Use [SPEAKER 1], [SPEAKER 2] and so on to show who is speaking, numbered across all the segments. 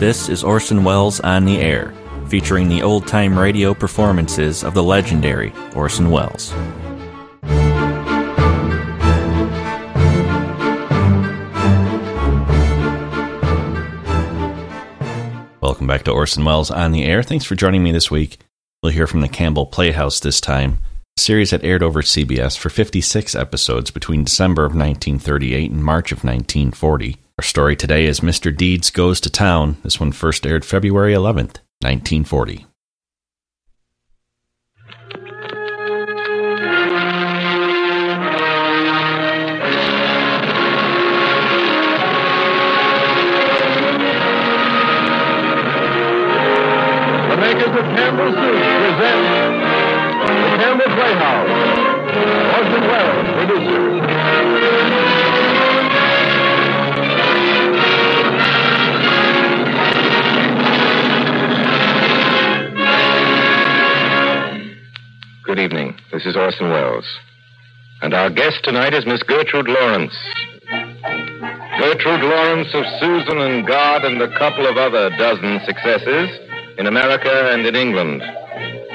[SPEAKER 1] This is Orson Welles on the Air, featuring the old time radio performances of the legendary Orson Welles. Welcome back to Orson Welles on the Air. Thanks for joining me this week. We'll hear from the Campbell Playhouse this time, a series that aired over CBS for 56 episodes between December of 1938 and March of 1940. Our story today is Mr. Deeds Goes to Town. This one first aired February 11th, 1940.
[SPEAKER 2] The makers of Campbell Soup present the Campbell Playhouse. Orson Welles, producer.
[SPEAKER 3] Good evening. This is Orson Welles. And our guest tonight is Miss Gertrude Lawrence. Gertrude Lawrence of Susan and God and a couple of other dozen successes in America and in England.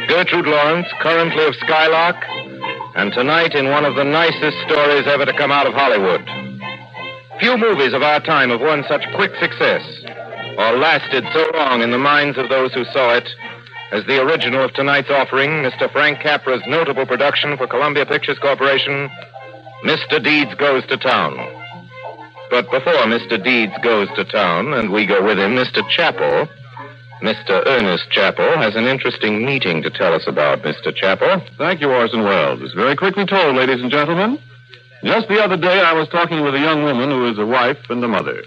[SPEAKER 3] Gertrude Lawrence, currently of Skylark, and tonight in one of the nicest stories ever to come out of Hollywood. Few movies of our time have won such quick success or lasted so long in the minds of those who saw it as the original of tonight's offering, Mr. Frank Capra's notable production for Columbia Pictures Corporation, Mr. Deeds Goes to Town. But before Mr. Deeds goes to town and we go with him, Mr. Chapel, Mr. Ernest Chapel, has an interesting meeting to tell us about, Mr. Chapel.
[SPEAKER 2] Thank you, Orson Welles. Very quickly told, ladies and gentlemen. Just the other day, I was talking with a young woman who is a wife and a mother.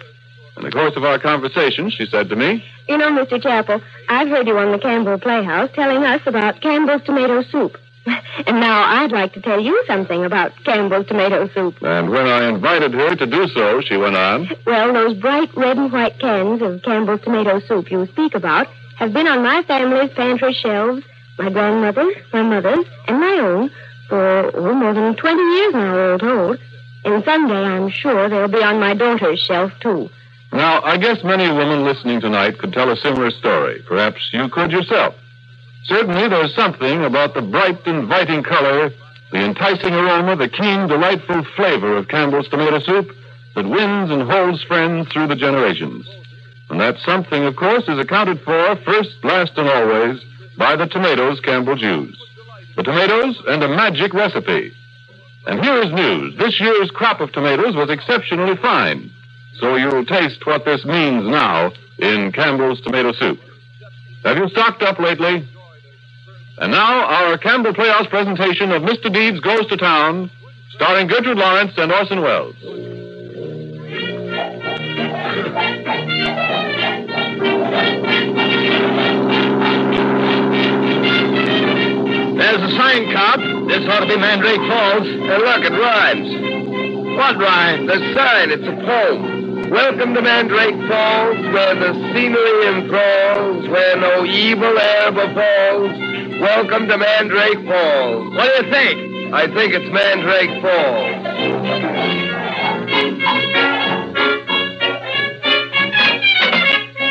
[SPEAKER 2] In the course of our conversation, she said to me,
[SPEAKER 4] You know, Mr. Chapel, I've heard you on the Campbell Playhouse telling us about Campbell's tomato soup. And now I'd like to tell you something about Campbell's tomato soup.
[SPEAKER 2] and when I invited her to do so, she went on,
[SPEAKER 4] Well, those bright red and white cans of Campbell's tomato soup you speak about have been on my family's pantry shelves, my grandmother's, my mother's, and my own, for oh, more than 20 years now, all told. And someday, I'm sure, they'll be on my daughter's shelf, too.
[SPEAKER 2] Now, I guess many women listening tonight could tell a similar story. Perhaps you could yourself. Certainly, there's something about the bright, inviting color, the enticing aroma, the keen, delightful flavor of Campbell's tomato soup that wins and holds friends through the generations. And that something, of course, is accounted for first, last, and always by the tomatoes Campbell's use. The tomatoes and a magic recipe. And here is news. This year's crop of tomatoes was exceptionally fine. So you'll taste what this means now in Campbell's tomato soup. Have you stocked up lately? And now our Campbell Playhouse presentation of Mr. Deeds Goes to Town, starring Gertrude Lawrence and Orson Welles.
[SPEAKER 3] There's a sign, cop. This ought to be Mandrake Falls. look, it rhymes. What rhymes? The sign. It's a poem. Welcome to Mandrake Falls, where the scenery enthralls, where no evil air befalls. Welcome to Mandrake Falls. What do you think? I think it's Mandrake Falls.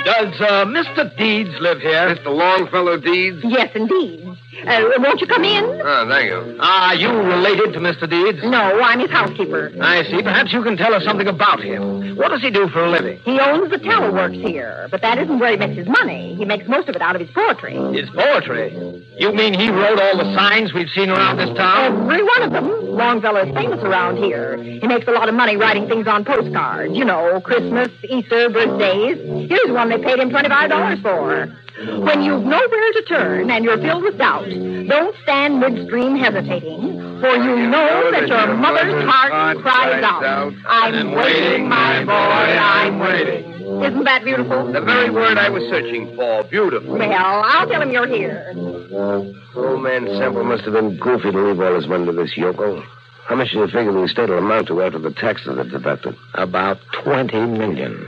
[SPEAKER 3] Does uh, Mr. Deeds live here? Mr. Longfellow Deeds?
[SPEAKER 4] Yes, indeed. Uh, won't you come in?
[SPEAKER 3] Oh, thank you. Are you related to Mr. Deeds?
[SPEAKER 4] No, I'm his housekeeper.
[SPEAKER 3] I see. Perhaps you can tell us something about him. What does he do for a living?
[SPEAKER 4] He owns the tower works here, but that isn't where he makes his money. He makes most of it out of his poetry.
[SPEAKER 3] His poetry. You mean he wrote all the signs we've seen around this town?
[SPEAKER 4] Every one of them. Longfellow is famous around here. He makes a lot of money writing things on postcards. You know, Christmas, Easter, birthdays. Here's one they paid him $25 for. When you've nowhere to turn and you're filled with doubt, don't stand midstream hesitating, for you know that your mother's heart cries out, I'm waiting, my boy, I'm waiting. Isn't that beautiful?
[SPEAKER 3] The very word I was searching for. Beautiful.
[SPEAKER 4] Well, I'll tell him you're here.
[SPEAKER 5] Old man Semple must have been goofy to leave all his money to this yokel. How much do you figure the estate will amount to after the taxes are deducted? About twenty million.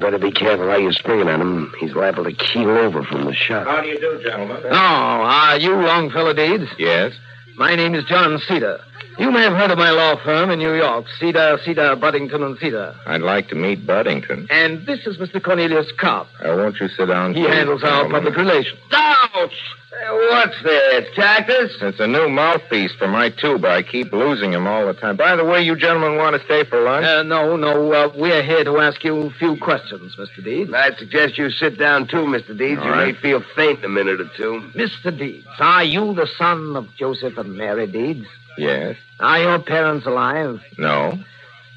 [SPEAKER 5] better be careful how you're springing on him. He's liable to keel over from the shock.
[SPEAKER 3] Oh, are you Longfellow Deeds? Yes.
[SPEAKER 6] My name is John Cedar. You may have heard of my law firm in New York, Cedar, Cedar, Buddington, and Cedar.
[SPEAKER 3] I'd like to meet Buddington.
[SPEAKER 6] And this is Mr. Cornelius Cobb.
[SPEAKER 3] Uh, won't you sit down?
[SPEAKER 6] He
[SPEAKER 3] please,
[SPEAKER 6] handles our
[SPEAKER 3] gentlemen?
[SPEAKER 6] public relations.
[SPEAKER 5] Ouch! What's this, cactus?
[SPEAKER 3] It's a new mouthpiece for my tube. I keep losing him all the time. By the way, you gentlemen want to stay for lunch?
[SPEAKER 6] Uh, no, no, uh, we're here to ask you a few questions, Mr. Deeds.
[SPEAKER 5] I suggest you sit down too, Mr. Deeds.
[SPEAKER 3] All
[SPEAKER 5] you
[SPEAKER 3] right.
[SPEAKER 5] may feel faint in a minute or two.
[SPEAKER 6] Mr. Deeds, are you the son of Joseph and Mary Deeds?
[SPEAKER 3] yes.
[SPEAKER 6] Are your parents alive?
[SPEAKER 3] No.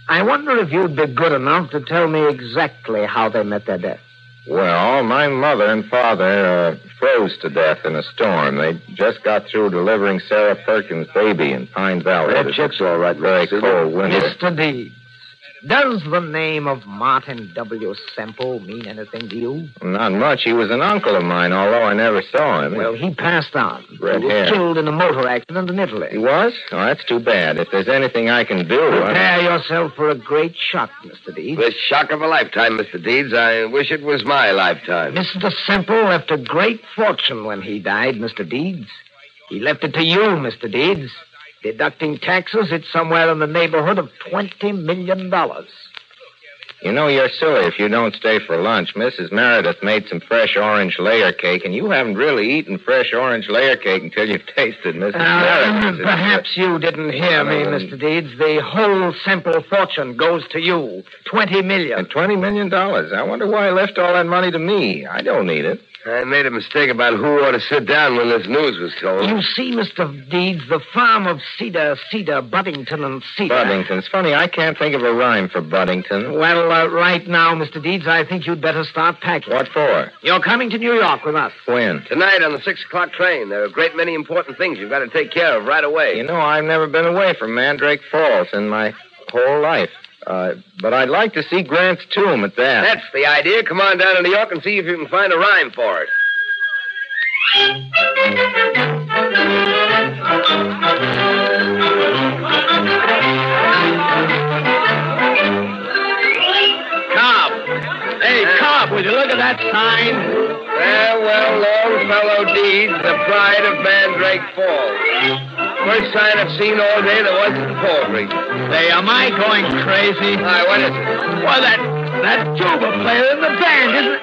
[SPEAKER 6] I wonder if you'd be good enough to tell me exactly how they met their death.
[SPEAKER 3] Well, my mother and father uh, froze to death in a storm. They just got through delivering Sarah Perkins' baby in Pine Valley.
[SPEAKER 5] That chick's all right,
[SPEAKER 3] very
[SPEAKER 5] Mr. Cedar.
[SPEAKER 3] cold winter.
[SPEAKER 6] Mr. Deeds, does the name of Martin W. Semple mean anything to you?
[SPEAKER 3] Not much. He was an uncle of mine, although I never saw him.
[SPEAKER 6] Well, he passed on.
[SPEAKER 3] Red
[SPEAKER 6] he was
[SPEAKER 3] hair.
[SPEAKER 6] killed in a motor accident in
[SPEAKER 3] he
[SPEAKER 6] Italy.
[SPEAKER 3] was? Oh, that's too bad. If there's anything I can do, uh, I...
[SPEAKER 6] Prepare yourself for a great shock, Mr. Deeds.
[SPEAKER 5] The shock of a lifetime, Mr. Deeds. I wish it was my lifetime.
[SPEAKER 6] Mr. Semple left a great fortune when he died, Mr. Deeds. He left it to you, Mr. Deeds. Deducting taxes, it's somewhere in the neighborhood of $20 million.
[SPEAKER 3] You know, you're silly if you don't stay for lunch. Mrs. Meredith made some fresh orange layer cake, and you haven't really eaten fresh orange layer cake until you've tasted Mrs. Meredith.
[SPEAKER 6] Uh, perhaps you didn't hear me,
[SPEAKER 3] Um,
[SPEAKER 6] Mr. Deeds. The whole Semple fortune goes to you. $20 million.
[SPEAKER 3] And $20 million. I wonder why he left all that money to me. I don't need it.
[SPEAKER 5] I made a mistake about who ought to sit down when this news was told.
[SPEAKER 6] You see, Mr. Deeds, the farm of Cedar, Cedar, Buddington, and Cedar.
[SPEAKER 3] Buddington. It's funny, I can't think of a rhyme for Buddington.
[SPEAKER 6] Well, uh, right now, Mr. Deeds, I think you'd better start packing.
[SPEAKER 3] What for?
[SPEAKER 6] You're coming to New York with us.
[SPEAKER 3] When?
[SPEAKER 5] Tonight on the six o'clock train, there are a great many important things you've got to take care of right away.
[SPEAKER 3] You know, I've never been away from Mandrake Falls in my whole life. Uh, but I'd like to see Grant's tomb at that.
[SPEAKER 5] That's the idea. Come on down to New York and see if you can find a rhyme for it.
[SPEAKER 6] Cobb. Hey, Cobb, would you look at that sign?
[SPEAKER 5] Farewell, Longfellow Deeds, the pride of Mandrake Falls. First sign I've seen all day that wasn't poetry.
[SPEAKER 6] Say, am I going crazy?
[SPEAKER 5] All right, what is it?
[SPEAKER 6] Why, that, that tuba player in the band, isn't it?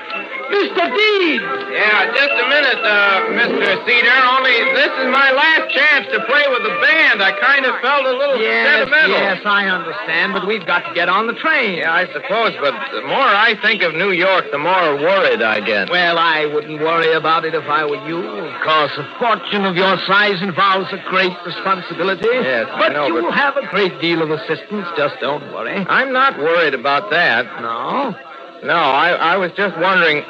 [SPEAKER 6] Mr. Deeds!
[SPEAKER 3] Yeah, just a minute, uh, Mr. Cedar. Only this is my last chance to play with the band. I kind of felt a little
[SPEAKER 6] Yes,
[SPEAKER 3] sentimental.
[SPEAKER 6] yes, I understand, but we've got to get on the train.
[SPEAKER 3] Yeah, I suppose, but the more I think of New York, the more worried I get.
[SPEAKER 6] Well, I wouldn't worry about it if I were you. Of course, a fortune of your size involves a great responsibility.
[SPEAKER 3] Yes, I
[SPEAKER 6] but
[SPEAKER 3] know,
[SPEAKER 6] you'll
[SPEAKER 3] but-
[SPEAKER 6] have a great deal of assistance. Just don't worry.
[SPEAKER 3] I'm not worried about that.
[SPEAKER 6] No.
[SPEAKER 3] No, I, I was just wondering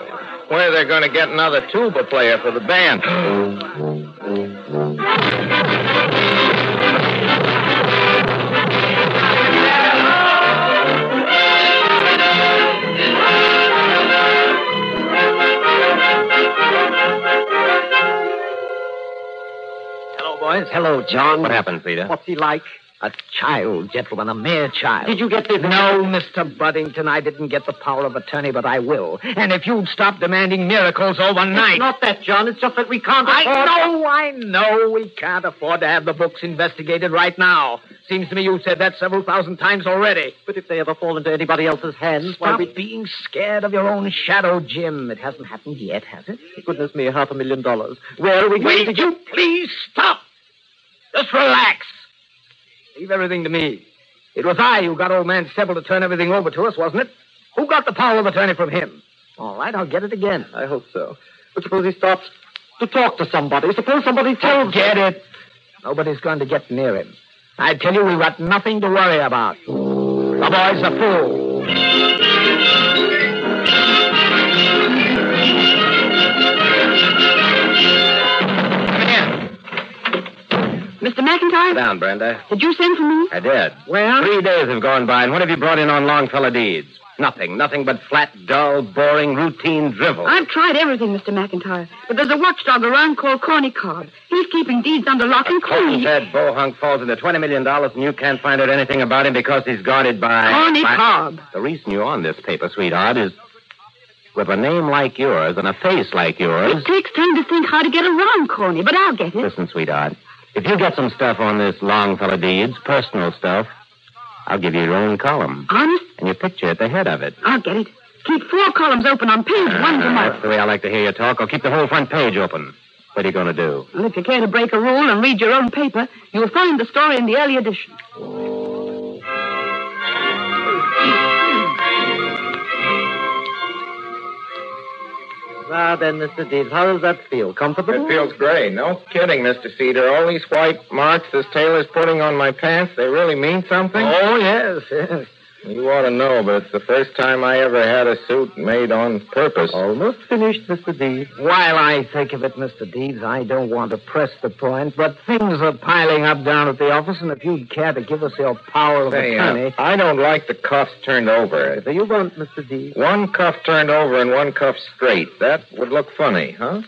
[SPEAKER 3] where they're going to get another tuba player for the band.
[SPEAKER 6] Hello, boys. Hello, John.
[SPEAKER 3] happened, Peter?
[SPEAKER 6] What's he like? A child, gentlemen, a mere child. Did you get this? No, Mr. Buddington, I didn't get the power of attorney, but I will. And if you'd stop demanding miracles overnight. not that, John. It's just that we can't I
[SPEAKER 4] afford-
[SPEAKER 6] know, I know. We can't afford to have the books investigated right now. Seems to me you've said that several thousand times already. But if they ever fall into anybody else's hands,
[SPEAKER 4] why,
[SPEAKER 6] Stop
[SPEAKER 4] we-
[SPEAKER 6] being scared of your own shadow, Jim. It hasn't happened yet, has it? Goodness me, half a million dollars. Where are we going to... you please stop? Just relax. Leave everything to me. It was I who got old man Semple to turn everything over to us, wasn't it? Who got the power of attorney from him? All right, I'll get it again. I hope so. But suppose he stops to talk to somebody. Suppose somebody tells Get it. Nobody's going to get near him. I tell you, we've got nothing to worry about. The boy's a fool.
[SPEAKER 4] Mr. McIntyre,
[SPEAKER 3] Down, Brenda.
[SPEAKER 4] did you send for me?
[SPEAKER 3] I did.
[SPEAKER 6] Well?
[SPEAKER 3] Three days have gone by, and what have you brought in on Longfellow Deeds? Nothing. Nothing but flat, dull, boring, routine drivel.
[SPEAKER 4] I've tried everything, Mr. McIntyre, but there's a watchdog around called Corny Cobb. He's keeping deeds under lock and
[SPEAKER 3] Colton
[SPEAKER 4] key.
[SPEAKER 3] said Bohunk falls into $20 million, and you can't find out anything about him because he's guarded by...
[SPEAKER 4] Corny
[SPEAKER 3] by-
[SPEAKER 4] Cobb.
[SPEAKER 3] The reason you're on this paper, sweetheart, is with a name like yours and a face like yours...
[SPEAKER 4] It takes time to think how to get around Corny, but I'll get it.
[SPEAKER 3] Listen, sweetheart.
[SPEAKER 5] If you get some stuff on this Longfellow deeds, personal stuff, I'll give you your own column
[SPEAKER 4] On it?
[SPEAKER 5] and your picture at the head of it.
[SPEAKER 4] I'll get it. Keep four columns open on page one tomorrow.
[SPEAKER 5] Uh, That's the way I like to hear you talk. I'll keep the whole front page open. What are you going to do?
[SPEAKER 4] And if you care to break a rule and read your own paper, you'll find the story in the early edition.
[SPEAKER 6] Now Ah, then, Mr. Deeds, how does that feel? Comfortable?
[SPEAKER 3] It feels great. No kidding, Mr. Cedar. All these white marks this tailor's putting on my pants, they really mean something?
[SPEAKER 6] Oh, yes, yes.
[SPEAKER 3] You ought to know, but it's the first time I ever had a suit made on purpose.
[SPEAKER 5] Oh,
[SPEAKER 6] Almost finished, Mr. Deeds. While I think of it, Mr. Deeds, I don't want to press the point, but things are piling up down at the office, and if you'd care to give us your power of
[SPEAKER 3] Say, uh,
[SPEAKER 6] attorney.
[SPEAKER 3] I don't like the cuffs turned over.
[SPEAKER 6] You won't, Mr. Deeds.
[SPEAKER 3] One cuff turned over and one cuff straight. That would look funny, huh?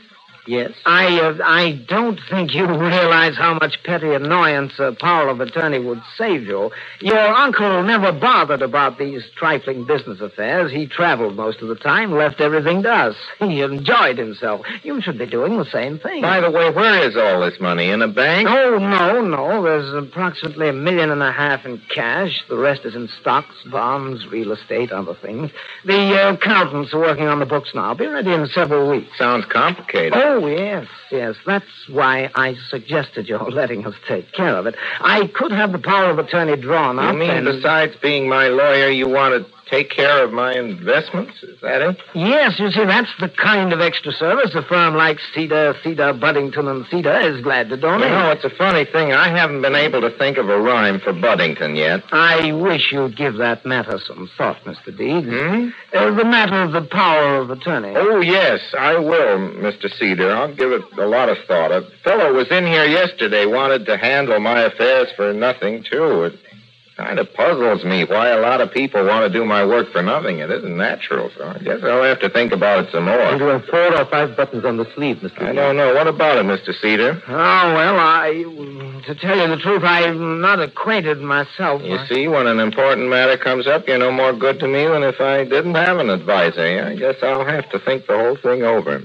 [SPEAKER 6] Yes? I, uh, I don't think you realize how much petty annoyance a power of attorney would save you. Your uncle never bothered about these trifling business affairs. He traveled most of the time, left everything to us. He enjoyed himself. You should be doing the same thing.
[SPEAKER 3] By the way, where is all this money? In a bank?
[SPEAKER 6] Oh, no, no. There's approximately a million and a half in cash. The rest is in stocks, bonds, real estate, other things. The uh, accountants are working on the books now. Be ready in several weeks.
[SPEAKER 3] Sounds complicated.
[SPEAKER 6] Oh, yes, yes. That's why I suggested your letting us take care of it. I could have the power of attorney drawn
[SPEAKER 3] you
[SPEAKER 6] up.
[SPEAKER 3] mean
[SPEAKER 6] and-
[SPEAKER 3] besides being my lawyer, you want to take care of my investments? Is that it?
[SPEAKER 6] Yes, you see, that's the kind of extra service a firm like Cedar, Cedar, Buddington, and Cedar is glad to
[SPEAKER 3] You
[SPEAKER 6] donate.
[SPEAKER 3] know, it's a funny thing. I haven't been able to think of a rhyme for Buddington yet.
[SPEAKER 6] I wish you'd give that matter some thought, Mr. Deeds.
[SPEAKER 3] Hmm?
[SPEAKER 6] Uh, the matter of the power of attorney.
[SPEAKER 3] Oh, yes, I will, Mr. Cedar. I'll give it a lot of thought. A fellow was in here yesterday, wanted to handle my affairs for nothing, too. It kind of puzzles me why a lot of people want to do my work for nothing. It isn't natural, so I guess I'll have to think about it some more.
[SPEAKER 6] have four or five buttons on the sleeve, Mr.
[SPEAKER 3] I don't know. What about it, Mr. Cedar?
[SPEAKER 6] Oh, well, I. To tell you the truth, I'm not acquainted myself.
[SPEAKER 3] You see, when an important matter comes up, you're no more good to me than if I didn't have an advisor. I guess I'll have to think the whole thing over.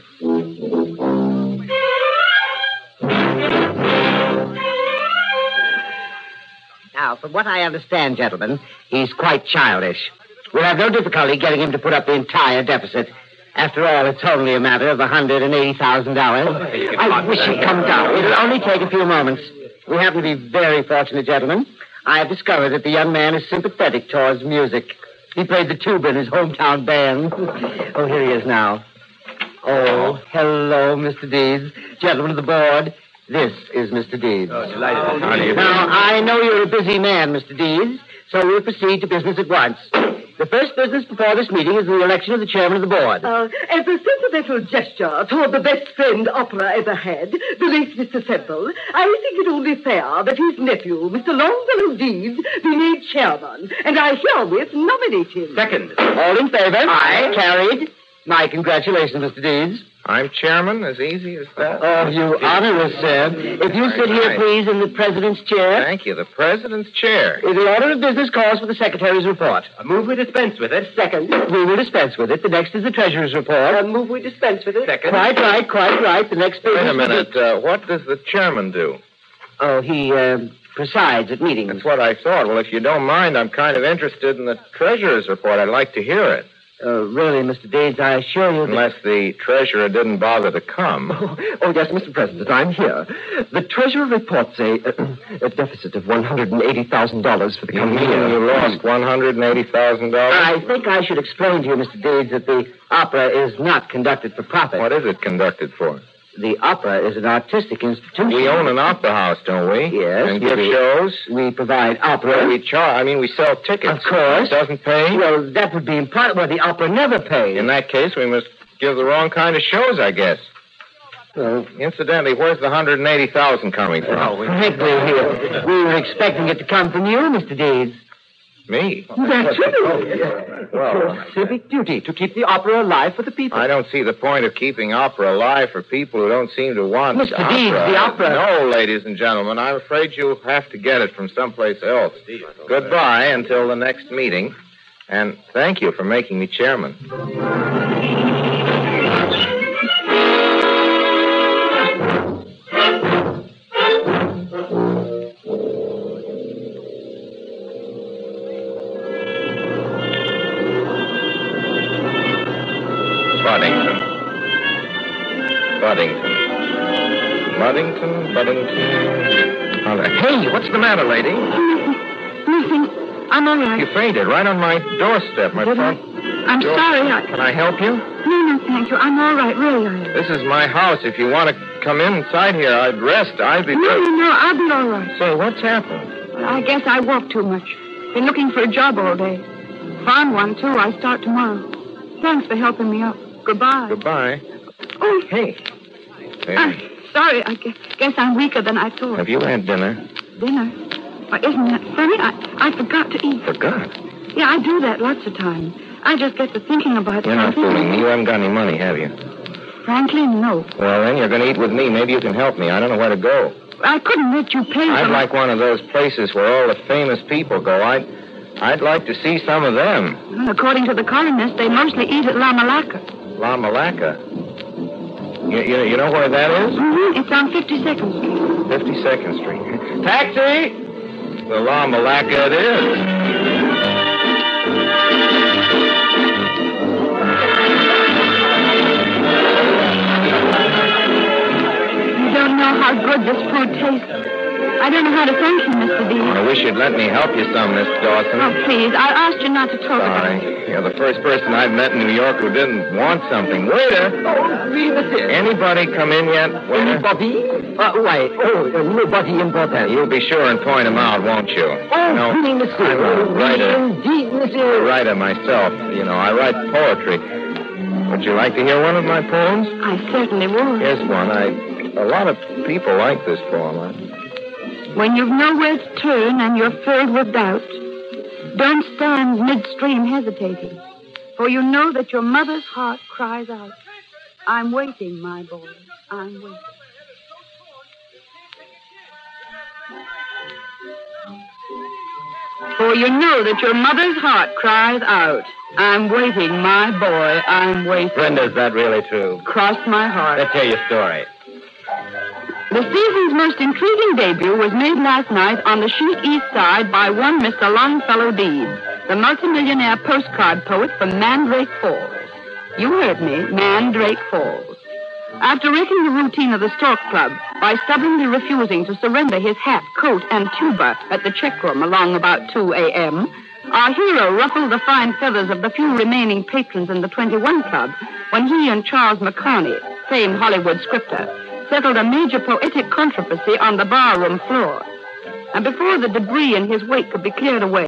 [SPEAKER 6] Now, from what I understand, gentlemen, he's quite childish. We'll have no difficulty getting him to put up the entire deficit. After all, it's only a matter of $180,000. I wish he'd come down. It'll only take a few moments. We happen to be very fortunate, gentlemen. I have discovered that the young man is sympathetic towards music. He played the tuba in his hometown band. Oh, here he is now. Oh, hello, Mr. Deeds. Gentlemen of the board, this is Mr. Deeds.
[SPEAKER 3] How do you
[SPEAKER 6] Now, I know you're a busy man, Mr. Deeds, so we'll proceed to business at once. The first business before this meeting is the election of the chairman of the board.
[SPEAKER 7] Uh, as a sentimental gesture toward the best friend opera ever had, the late Mr. Semple, I think it only fair that his nephew, Mr. Longfellow Deeds, be made chairman, and I herewith nominate him.
[SPEAKER 6] Second. All in favor? Aye. Carried. My congratulations, Mr. Deeds.
[SPEAKER 3] I'm chairman, as easy as that.
[SPEAKER 6] Oh, you honor us, sir. If you sit here, please, in the president's chair.
[SPEAKER 3] Thank you. The president's chair.
[SPEAKER 6] The order of business calls for the secretary's report.
[SPEAKER 5] I move we dispense with it.
[SPEAKER 6] Second. We will dispense with it. The next is the treasurer's report.
[SPEAKER 7] move we dispense with it.
[SPEAKER 5] Second.
[SPEAKER 6] Quite right, quite right. The next
[SPEAKER 3] Wait a minute. Uh, what does the chairman do?
[SPEAKER 6] Oh, he uh, presides at meetings.
[SPEAKER 3] That's what I thought. Well, if you don't mind, I'm kind of interested in the treasurer's report. I'd like to hear it.
[SPEAKER 6] Uh, really, Mr. Deeds, I assure you that...
[SPEAKER 3] Unless the treasurer didn't bother to come.
[SPEAKER 5] Oh, oh, yes, Mr. President, I'm here. The Treasurer reports a,
[SPEAKER 6] uh,
[SPEAKER 5] a deficit of $180,000 for the
[SPEAKER 3] You
[SPEAKER 5] coming
[SPEAKER 3] mean
[SPEAKER 5] year.
[SPEAKER 3] you lost one hundred and eighty thousand
[SPEAKER 6] I
[SPEAKER 3] dollars?
[SPEAKER 6] think I should explain to you, Mr. Deeds, that the opera is not conducted for profit.
[SPEAKER 3] What is it conducted for?
[SPEAKER 6] The opera is an artistic institution.
[SPEAKER 3] We own an opera house, don't we?
[SPEAKER 6] Yes,
[SPEAKER 3] And
[SPEAKER 6] we
[SPEAKER 3] give
[SPEAKER 6] do.
[SPEAKER 3] shows.
[SPEAKER 6] We provide opera.
[SPEAKER 3] Well, we charge. I mean, we sell tickets.
[SPEAKER 6] Of course.
[SPEAKER 3] It doesn't pay.
[SPEAKER 6] Well, that would be impossible. Well, the opera never pays.
[SPEAKER 3] In that case, we must give the wrong kind of shows, I guess.
[SPEAKER 6] Well,
[SPEAKER 3] Incidentally, where's the hundred and eighty thousand coming from?
[SPEAKER 6] frankly, we, we were expecting it to come from you, Oh, Mr. Deeds.
[SPEAKER 3] Me.
[SPEAKER 6] That's
[SPEAKER 3] Well,
[SPEAKER 6] civic duty to keep the opera alive for the people.
[SPEAKER 3] I don't see the point of keeping opera alive for people who don't seem to want
[SPEAKER 6] Mr.
[SPEAKER 3] opera.
[SPEAKER 6] Deeds, the opera-
[SPEAKER 3] No, ladies and gentlemen, I'm afraid you'll have to get it from someplace else. Goodbye until the next meeting, and thank you for making me chairman. Boddington. Boddington. Boddington, Boddington. All right. uh, Hey, what's the matter, lady?
[SPEAKER 4] Nothing. I'm all right.
[SPEAKER 3] You fainted right on my doorstep, my front.
[SPEAKER 4] I'm
[SPEAKER 3] door.
[SPEAKER 4] sorry. I...
[SPEAKER 3] Can I help you?
[SPEAKER 4] No, no, thank you. I'm all right, really. I am.
[SPEAKER 3] This is my house. If you want to come inside here, I'd rest. I'd be.
[SPEAKER 4] No, no, no, I'll be all right.
[SPEAKER 3] Say, what's happened?
[SPEAKER 4] I guess I walk too much. Been looking for a job all day. Found one, too. I start tomorrow. Thanks for helping me up. Goodbye.
[SPEAKER 3] Goodbye.
[SPEAKER 4] Oh,
[SPEAKER 3] Hey. Hey,
[SPEAKER 4] I, sorry. I guess, guess I'm weaker than I thought.
[SPEAKER 3] Have you had dinner?
[SPEAKER 4] Dinner. Why, isn't that funny? I, I forgot to eat.
[SPEAKER 3] Forgot.
[SPEAKER 4] Yeah, I do that lots of times. I just get to thinking about
[SPEAKER 3] You're not
[SPEAKER 4] something.
[SPEAKER 3] fooling me. You haven't got any money, have you?
[SPEAKER 4] Frankly, no.
[SPEAKER 3] Well, then you're going to eat with me. Maybe you can help me. I don't know where to go.
[SPEAKER 4] I couldn't let you pay
[SPEAKER 3] I'd
[SPEAKER 4] for
[SPEAKER 3] like one of those places where all the famous people go. I'd, I'd like to see some of them.
[SPEAKER 4] Well, According to the columnist, they mostly eat at La Malacca.
[SPEAKER 3] La Malacca. You, you, you know where that is?
[SPEAKER 4] Mm-hmm. It's on 52nd Street.
[SPEAKER 3] 52nd Street. Taxi! The La Malacca it is.
[SPEAKER 4] You don't know how good this food tastes. I don't know how to thank you, Mr.
[SPEAKER 3] I
[SPEAKER 4] Dean.
[SPEAKER 3] wish you'd let me help you some, Miss Dawson.
[SPEAKER 4] Oh, please, I asked you not to talk about it.
[SPEAKER 3] Sorry. You're the first person I've met in New York who didn't want something. Waiter!
[SPEAKER 6] Oh, leave it here.
[SPEAKER 3] Anybody come in yet? Waiter?
[SPEAKER 6] Anybody? Uh, why? Oh, uh, nobody important.
[SPEAKER 3] You'll be sure and point him out, won't you?
[SPEAKER 6] Oh,
[SPEAKER 3] no.
[SPEAKER 6] really, monsieur.
[SPEAKER 3] I'm a writer.
[SPEAKER 6] Indeed,
[SPEAKER 3] a
[SPEAKER 6] monsieur.
[SPEAKER 3] writer myself. You know, I write poetry. Would you like to hear one of my poems?
[SPEAKER 4] I certainly would.
[SPEAKER 3] Here's one. I. A lot of people like this poem. I-
[SPEAKER 4] When you've nowhere to turn and you're filled with doubt, don't stand midstream hesitating, for you know that your mother's heart cries out, I'm waiting, my boy, I'm waiting. For you know that your mother's heart cries out, I'm waiting, my boy, I'm waiting.
[SPEAKER 3] Brenda, is that really true?
[SPEAKER 4] Cross my heart.
[SPEAKER 3] Let's hear your story.
[SPEAKER 4] The season's most intriguing debut was made last night on the chic east side by one Mr. Longfellow Deeds, the multimillionaire postcard poet from Mandrake Falls. You heard me, Mandrake Falls. After breaking the routine of the Stork Club by stubbornly refusing to surrender his hat, coat, and tuba at the check room along about 2 a.m., our hero ruffled the fine feathers of the few remaining patrons in the 21 Club when he and Charles McCarney, famed Hollywood scripter, settled a major poetic controversy on the barroom floor. And before the debris in his wake could be cleared away,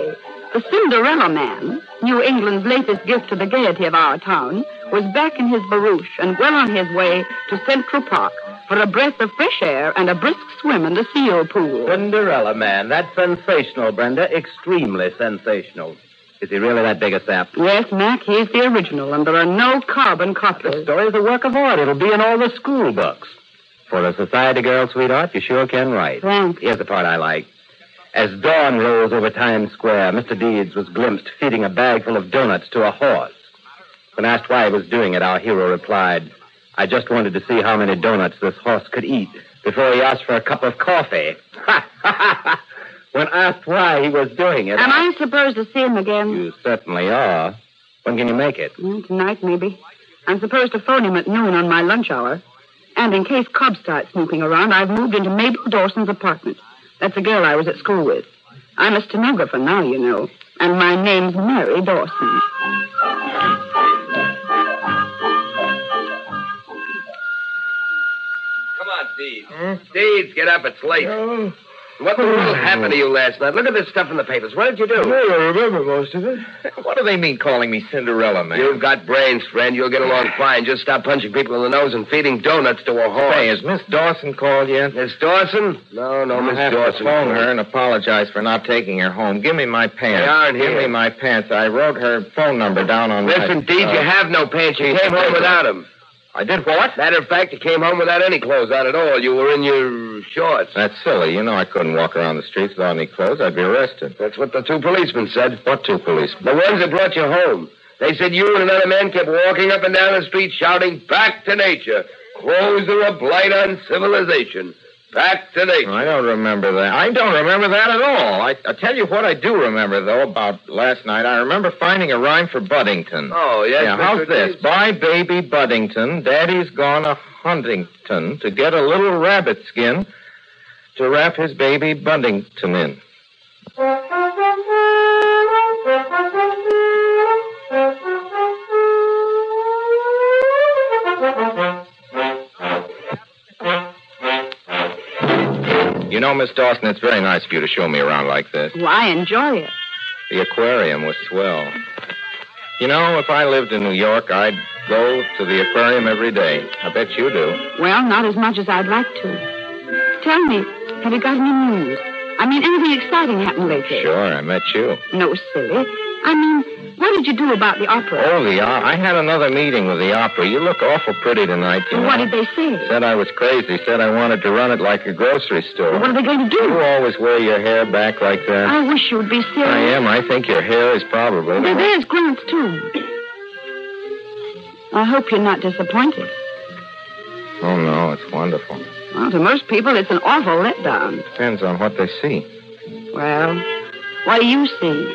[SPEAKER 4] the Cinderella Man, New England's latest gift to the gaiety of our town, was back in his barouche and well on his way to Central Park for a breath of fresh air and a brisk swim in the seal pool.
[SPEAKER 6] Cinderella man. That's sensational, Brenda. Extremely sensational. Is he really that big a sap?
[SPEAKER 4] Yes, Mac, he's the original, and there are no carbon copies.
[SPEAKER 6] story's a work of art. It'll be in all the school books. For a society girl, sweetheart, you sure can write.
[SPEAKER 4] Thanks.
[SPEAKER 6] Here's the part I like. As dawn rose over Times Square, Mr. Deeds was glimpsed feeding a bag full of donuts to a horse. When asked why he was doing it, our hero replied, I just wanted to see how many donuts this horse could eat before he asked for a cup of coffee. when asked why he was doing it,
[SPEAKER 4] Am I supposed to see him again?
[SPEAKER 6] you certainly are. When can you make it?
[SPEAKER 4] Well, Mm, tonight, maybe. I'm supposed to phone him at noon on my lunch hour. And in case Cobb starts snooping around, I've moved into Mabel Dawson's apartment. That's the girl I was at school with. I'm a stenographer now, you know. And my name's Mary Dawson.
[SPEAKER 3] Come on, Steve. Steve, get up. It's late. What the hell happened to you last night? Look at this stuff in the papers. What did you do?
[SPEAKER 5] Oh, I remember most of it.
[SPEAKER 3] What do they mean calling me Cinderella, man?
[SPEAKER 5] You've got brains, friend. You'll get along fine. Just stop punching people in the nose and feeding donuts to a horse.
[SPEAKER 3] Hey, has Miss Dawson called yet?
[SPEAKER 5] Miss Dawson? No, no,
[SPEAKER 3] I'll
[SPEAKER 5] Miss
[SPEAKER 3] have
[SPEAKER 5] Dawson.
[SPEAKER 3] to phone her and apologize for not taking her home. Give me my pants.
[SPEAKER 5] They aren't
[SPEAKER 3] Give
[SPEAKER 5] here.
[SPEAKER 3] me my pants. I wrote her phone number down on. my-
[SPEAKER 5] Listen, Deeds,
[SPEAKER 3] uh,
[SPEAKER 5] you have no pants. You came home without 'em.
[SPEAKER 3] I did what?
[SPEAKER 5] Matter of fact, you came home without any clothes on at all. You were in your shorts.
[SPEAKER 3] That's silly. You know I couldn't walk around the streets without any clothes. I'd be arrested.
[SPEAKER 5] That's what the two policemen said.
[SPEAKER 3] What two policemen?
[SPEAKER 5] The ones that brought you home. They said you and another man kept walking up and down the street shouting, Back to nature. Crows are a blight on civilization.
[SPEAKER 3] Back to the. I don't remember that. I don't remember that at all. I, I tell you what I do remember, though, about last night. I remember finding a rhyme for Buddington.
[SPEAKER 6] Oh, yes,
[SPEAKER 3] yeah,
[SPEAKER 6] Mr.
[SPEAKER 3] how's this?
[SPEAKER 6] Deeds.
[SPEAKER 3] Bye, baby Buddington. Daddy's gone a Huntington to get a little rabbit skin to wrap his baby Buddington in. You know, Miss Dawson, it's very nice of you to show me around like this.
[SPEAKER 4] Well, I enjoy it.
[SPEAKER 3] The aquarium was swell. You know, if I lived in New York, I'd go to the aquarium every day. I bet you do.
[SPEAKER 4] Well, not as much as I'd like to. Tell me, have you got any news? I mean, anything exciting happened lately?
[SPEAKER 3] Sure, I met you.
[SPEAKER 4] No, silly. I mean, what did you do about the opera?
[SPEAKER 3] Oh, the o- I had another meeting with the opera. You look awful pretty tonight. You
[SPEAKER 4] And
[SPEAKER 3] know.
[SPEAKER 4] what did they say?
[SPEAKER 3] Said I was crazy. Said I wanted to run it like a grocery store.
[SPEAKER 4] What are they going to
[SPEAKER 3] You
[SPEAKER 4] do?
[SPEAKER 3] always wear your hair back like that.
[SPEAKER 4] I wish you'd be serious.
[SPEAKER 3] Oh. I am. I think your hair is probably.
[SPEAKER 4] Well, there's Grant's, too. I hope you're not disappointed.
[SPEAKER 3] Oh no, it's wonderful.
[SPEAKER 4] Well, to most people, it's an awful letdown.
[SPEAKER 3] Depends on what they see.
[SPEAKER 4] Well, what do you see?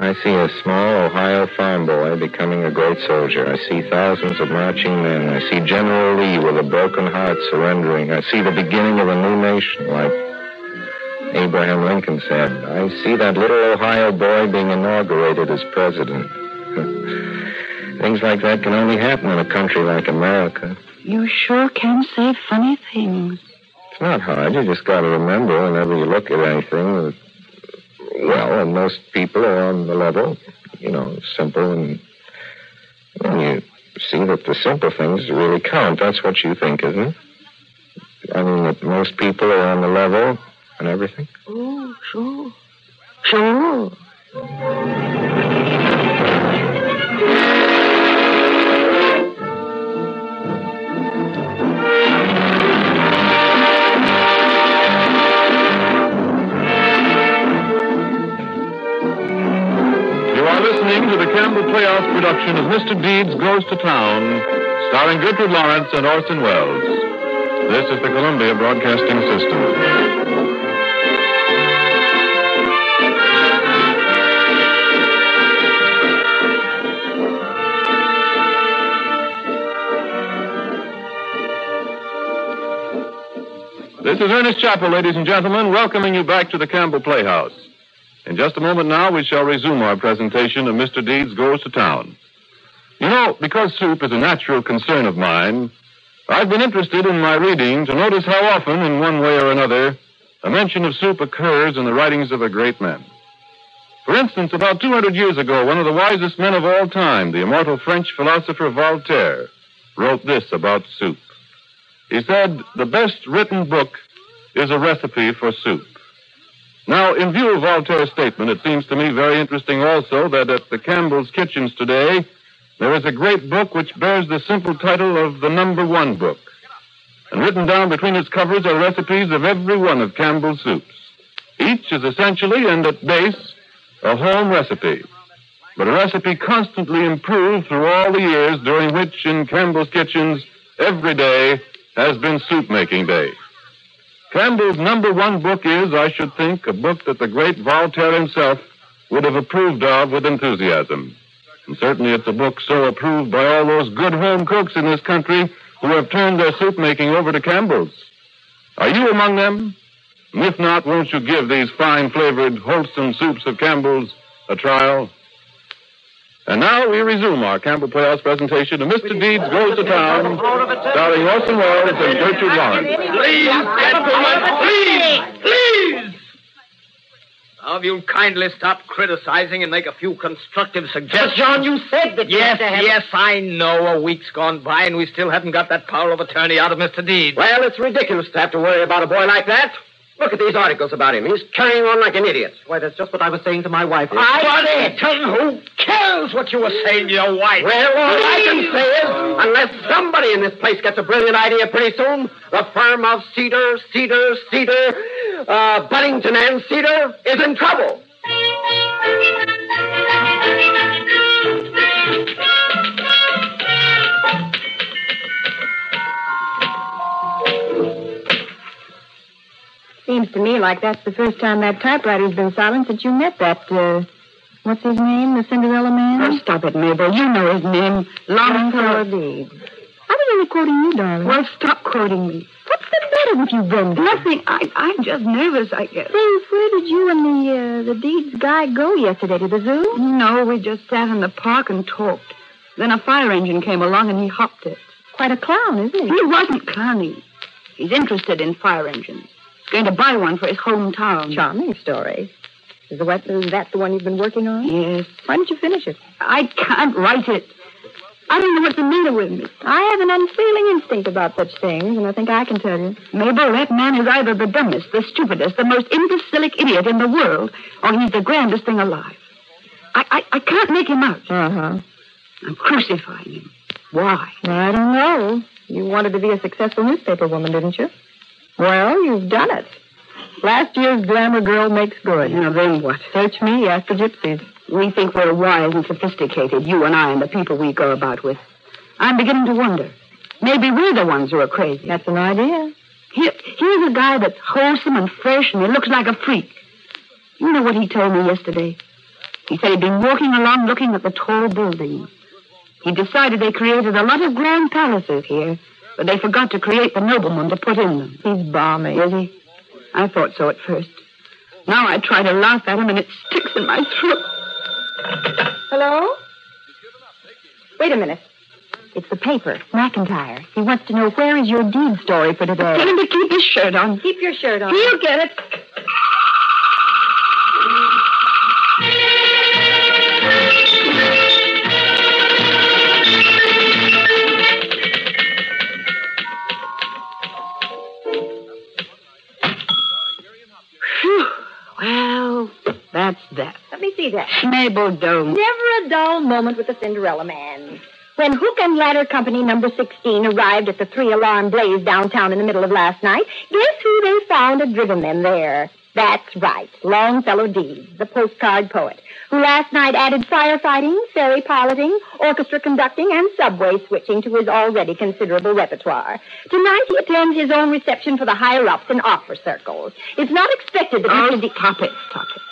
[SPEAKER 3] I see a small Ohio farm boy becoming a great soldier. I see thousands of marching men. I see General Lee with a broken heart surrendering. I see the beginning of a new nation, like Abraham Lincoln said. I see that little Ohio boy being inaugurated as president. Things like that can only happen in a country like America.
[SPEAKER 4] You sure can say funny things.
[SPEAKER 3] It's not hard. You just got to remember whenever you look at anything, that, well, and most people are on the level, you know, simple, and well, you see that the simple things really count. That's what you think, isn't it? I mean, that most people are on the level and everything.
[SPEAKER 4] Oh, sure. Sure.
[SPEAKER 2] You are listening to the Campbell Playhouse production of Mr. Deeds Goes to Town, starring Gertrude Lawrence and Orson Welles. This is the Columbia Broadcasting System. This is Ernest Chappell, ladies and gentlemen, welcoming you back to the Campbell Playhouse. In just a moment now, we shall resume our presentation of Mr. Deeds Goes to Town. You know, because soup is a natural concern of mine, I've been interested in my reading to notice how often, in one way or another, a mention of soup occurs in the writings of a great man. For instance, about 200 years ago, one of the wisest men of all time, the immortal French philosopher Voltaire, wrote this about soup. He said, The best written book is a recipe for soup. Now, in view of Voltaire's statement, it seems to me very interesting also that at the Campbell's kitchens today, there is a great book which bears the simple title of the number one book. And written down between its covers are recipes of every one of Campbell's soups. Each is essentially and at base a home recipe, but a recipe constantly improved through all the years during which in Campbell's kitchens every day has been soup making day. Campbell's number one book is, I should think, a book that the great Voltaire himself would have approved of with enthusiasm. And certainly it's a book so approved by all those good home cooks in this country who have turned their soup making over to Campbell's. Are you among them? And if not, won't you give these fine flavored, wholesome soups of Campbell's a trial? And now we resume our Campbell Playhouse presentation of Mr. Deeds Goes to Town, starring Orson Welles and Gertrude Lawrence.
[SPEAKER 6] Please, gentlemen, please, please! Now, if you'll kindly stop criticizing and make a few constructive suggestions. John, you said that Yes, yes, I know. A week's gone by and we still haven't got that power of attorney out of Mr. Deeds.
[SPEAKER 5] Well, it's ridiculous to have to worry about a boy like that. Look at these articles about him. He's carrying on like an idiot.
[SPEAKER 6] Why, that's just what I was saying to my wife.
[SPEAKER 5] Buddington, who cares what you were saying to your wife? Well, all I can say is, unless somebody in this place gets a brilliant idea pretty soon, the firm of Cedar, Cedar, Cedar, uh, Buddington and Cedar is in trouble.
[SPEAKER 4] seems to me like that's the first time that typewriter's been silent since you met that, uh, what's his name, the Cinderella man? Oh, stop it, Mabel. You know his name. Longfellow Deeds. I was only quoting you, darling. Well, stop quoting me. What's the matter with you, Brenda? Nothing. I, I'm just nervous, I guess. Well, where did you and the, uh, the Deeds guy go yesterday? To the zoo? No, we just sat in the park and talked. Then a fire engine came along and he hopped it. Quite a clown, isn't he? He wasn't clowny. He's interested in fire engines. He's going to buy one for his hometown. Charming story. Is, the, what- is that the one you've been working on? Yes. Why don't you finish it? I can't write it. I don't know what's the matter with me. I have an unfeeling instinct about such things, and I think I can tell you. Mabel, that man is either the dumbest, the stupidest, the most imbecilic idiot in the world, or he's the grandest thing alive. I, I, I can't make him out. Uh-huh. I'm crucifying him. Why? I don't know. You wanted to be a successful newspaper woman, didn't you? Well, you've done it. Last year's glamour girl makes good. Now then what? Search me, ask the gypsies. We think we're wise and sophisticated, you and I and the people we go about with. I'm beginning to wonder. Maybe we're the ones who are crazy. That's an idea. Here, here's a guy that's wholesome and fresh, and he looks like a freak. You know what he told me yesterday? He said he'd been walking along looking at the tall buildings. He decided they created a lot of grand palaces here, but they forgot to create the nobleman to put in them. He's balmy. Is he? I thought so at first. Now I try to laugh at him, and it sticks in my throat.
[SPEAKER 7] Hello?
[SPEAKER 4] Wait a minute. It's the paper, McIntyre. He wants to know where is your deed story for today. Tell him to keep his shirt on.
[SPEAKER 7] Keep your shirt on.
[SPEAKER 4] He'll get it. Phew. Well, that's that.
[SPEAKER 7] Let me see that.
[SPEAKER 4] Mabel Dome.
[SPEAKER 7] Never a dull moment with the Cinderella Man.
[SPEAKER 4] When Hook and Ladder Company number 16 arrived at the three alarm blaze downtown in the middle of last night, guess who they found had driven them there? That's right, Longfellow Deeds, the postcard poet, who last night added firefighting, ferry piloting, orchestra conducting, and subway switching to his already considerable repertoire. Tonight he attends his own reception for the higher ups in opera circles. It's not expected that
[SPEAKER 7] Oh.
[SPEAKER 4] Mr. De- stop it, stop it.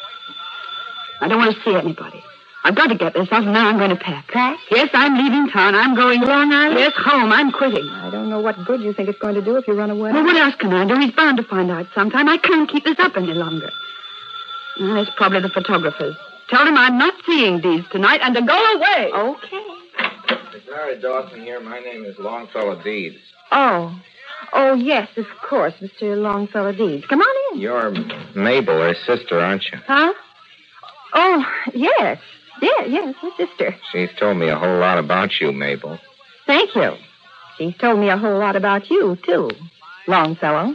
[SPEAKER 4] I don't want to see anybody. I've got to get this off, and now I'm going to pack. Pack? Yes, I'm leaving town. I'm going Long Island. Yes, home. I'm quitting.
[SPEAKER 7] I don't know what good you think it's going to do if you run away.
[SPEAKER 4] Well, what else can I do? He's bound to find out sometime. I can't keep this up any longer. Well, it's probably the photographers. Tell them I'm not seeing these tonight and to go away. Okay.
[SPEAKER 3] Miss Mary Dawson here. My name is Longfellow Deeds.
[SPEAKER 4] Oh. Oh, yes, of course, Mr. Longfellow Deeds. Come on in.
[SPEAKER 3] You're Mabel, her sister, aren't you?
[SPEAKER 4] Huh? Oh, yes. Yeah, yes, my sister.
[SPEAKER 3] She's told me a whole lot about you, Mabel.
[SPEAKER 4] Thank you. She's told me a whole lot about you, too, Longfellow.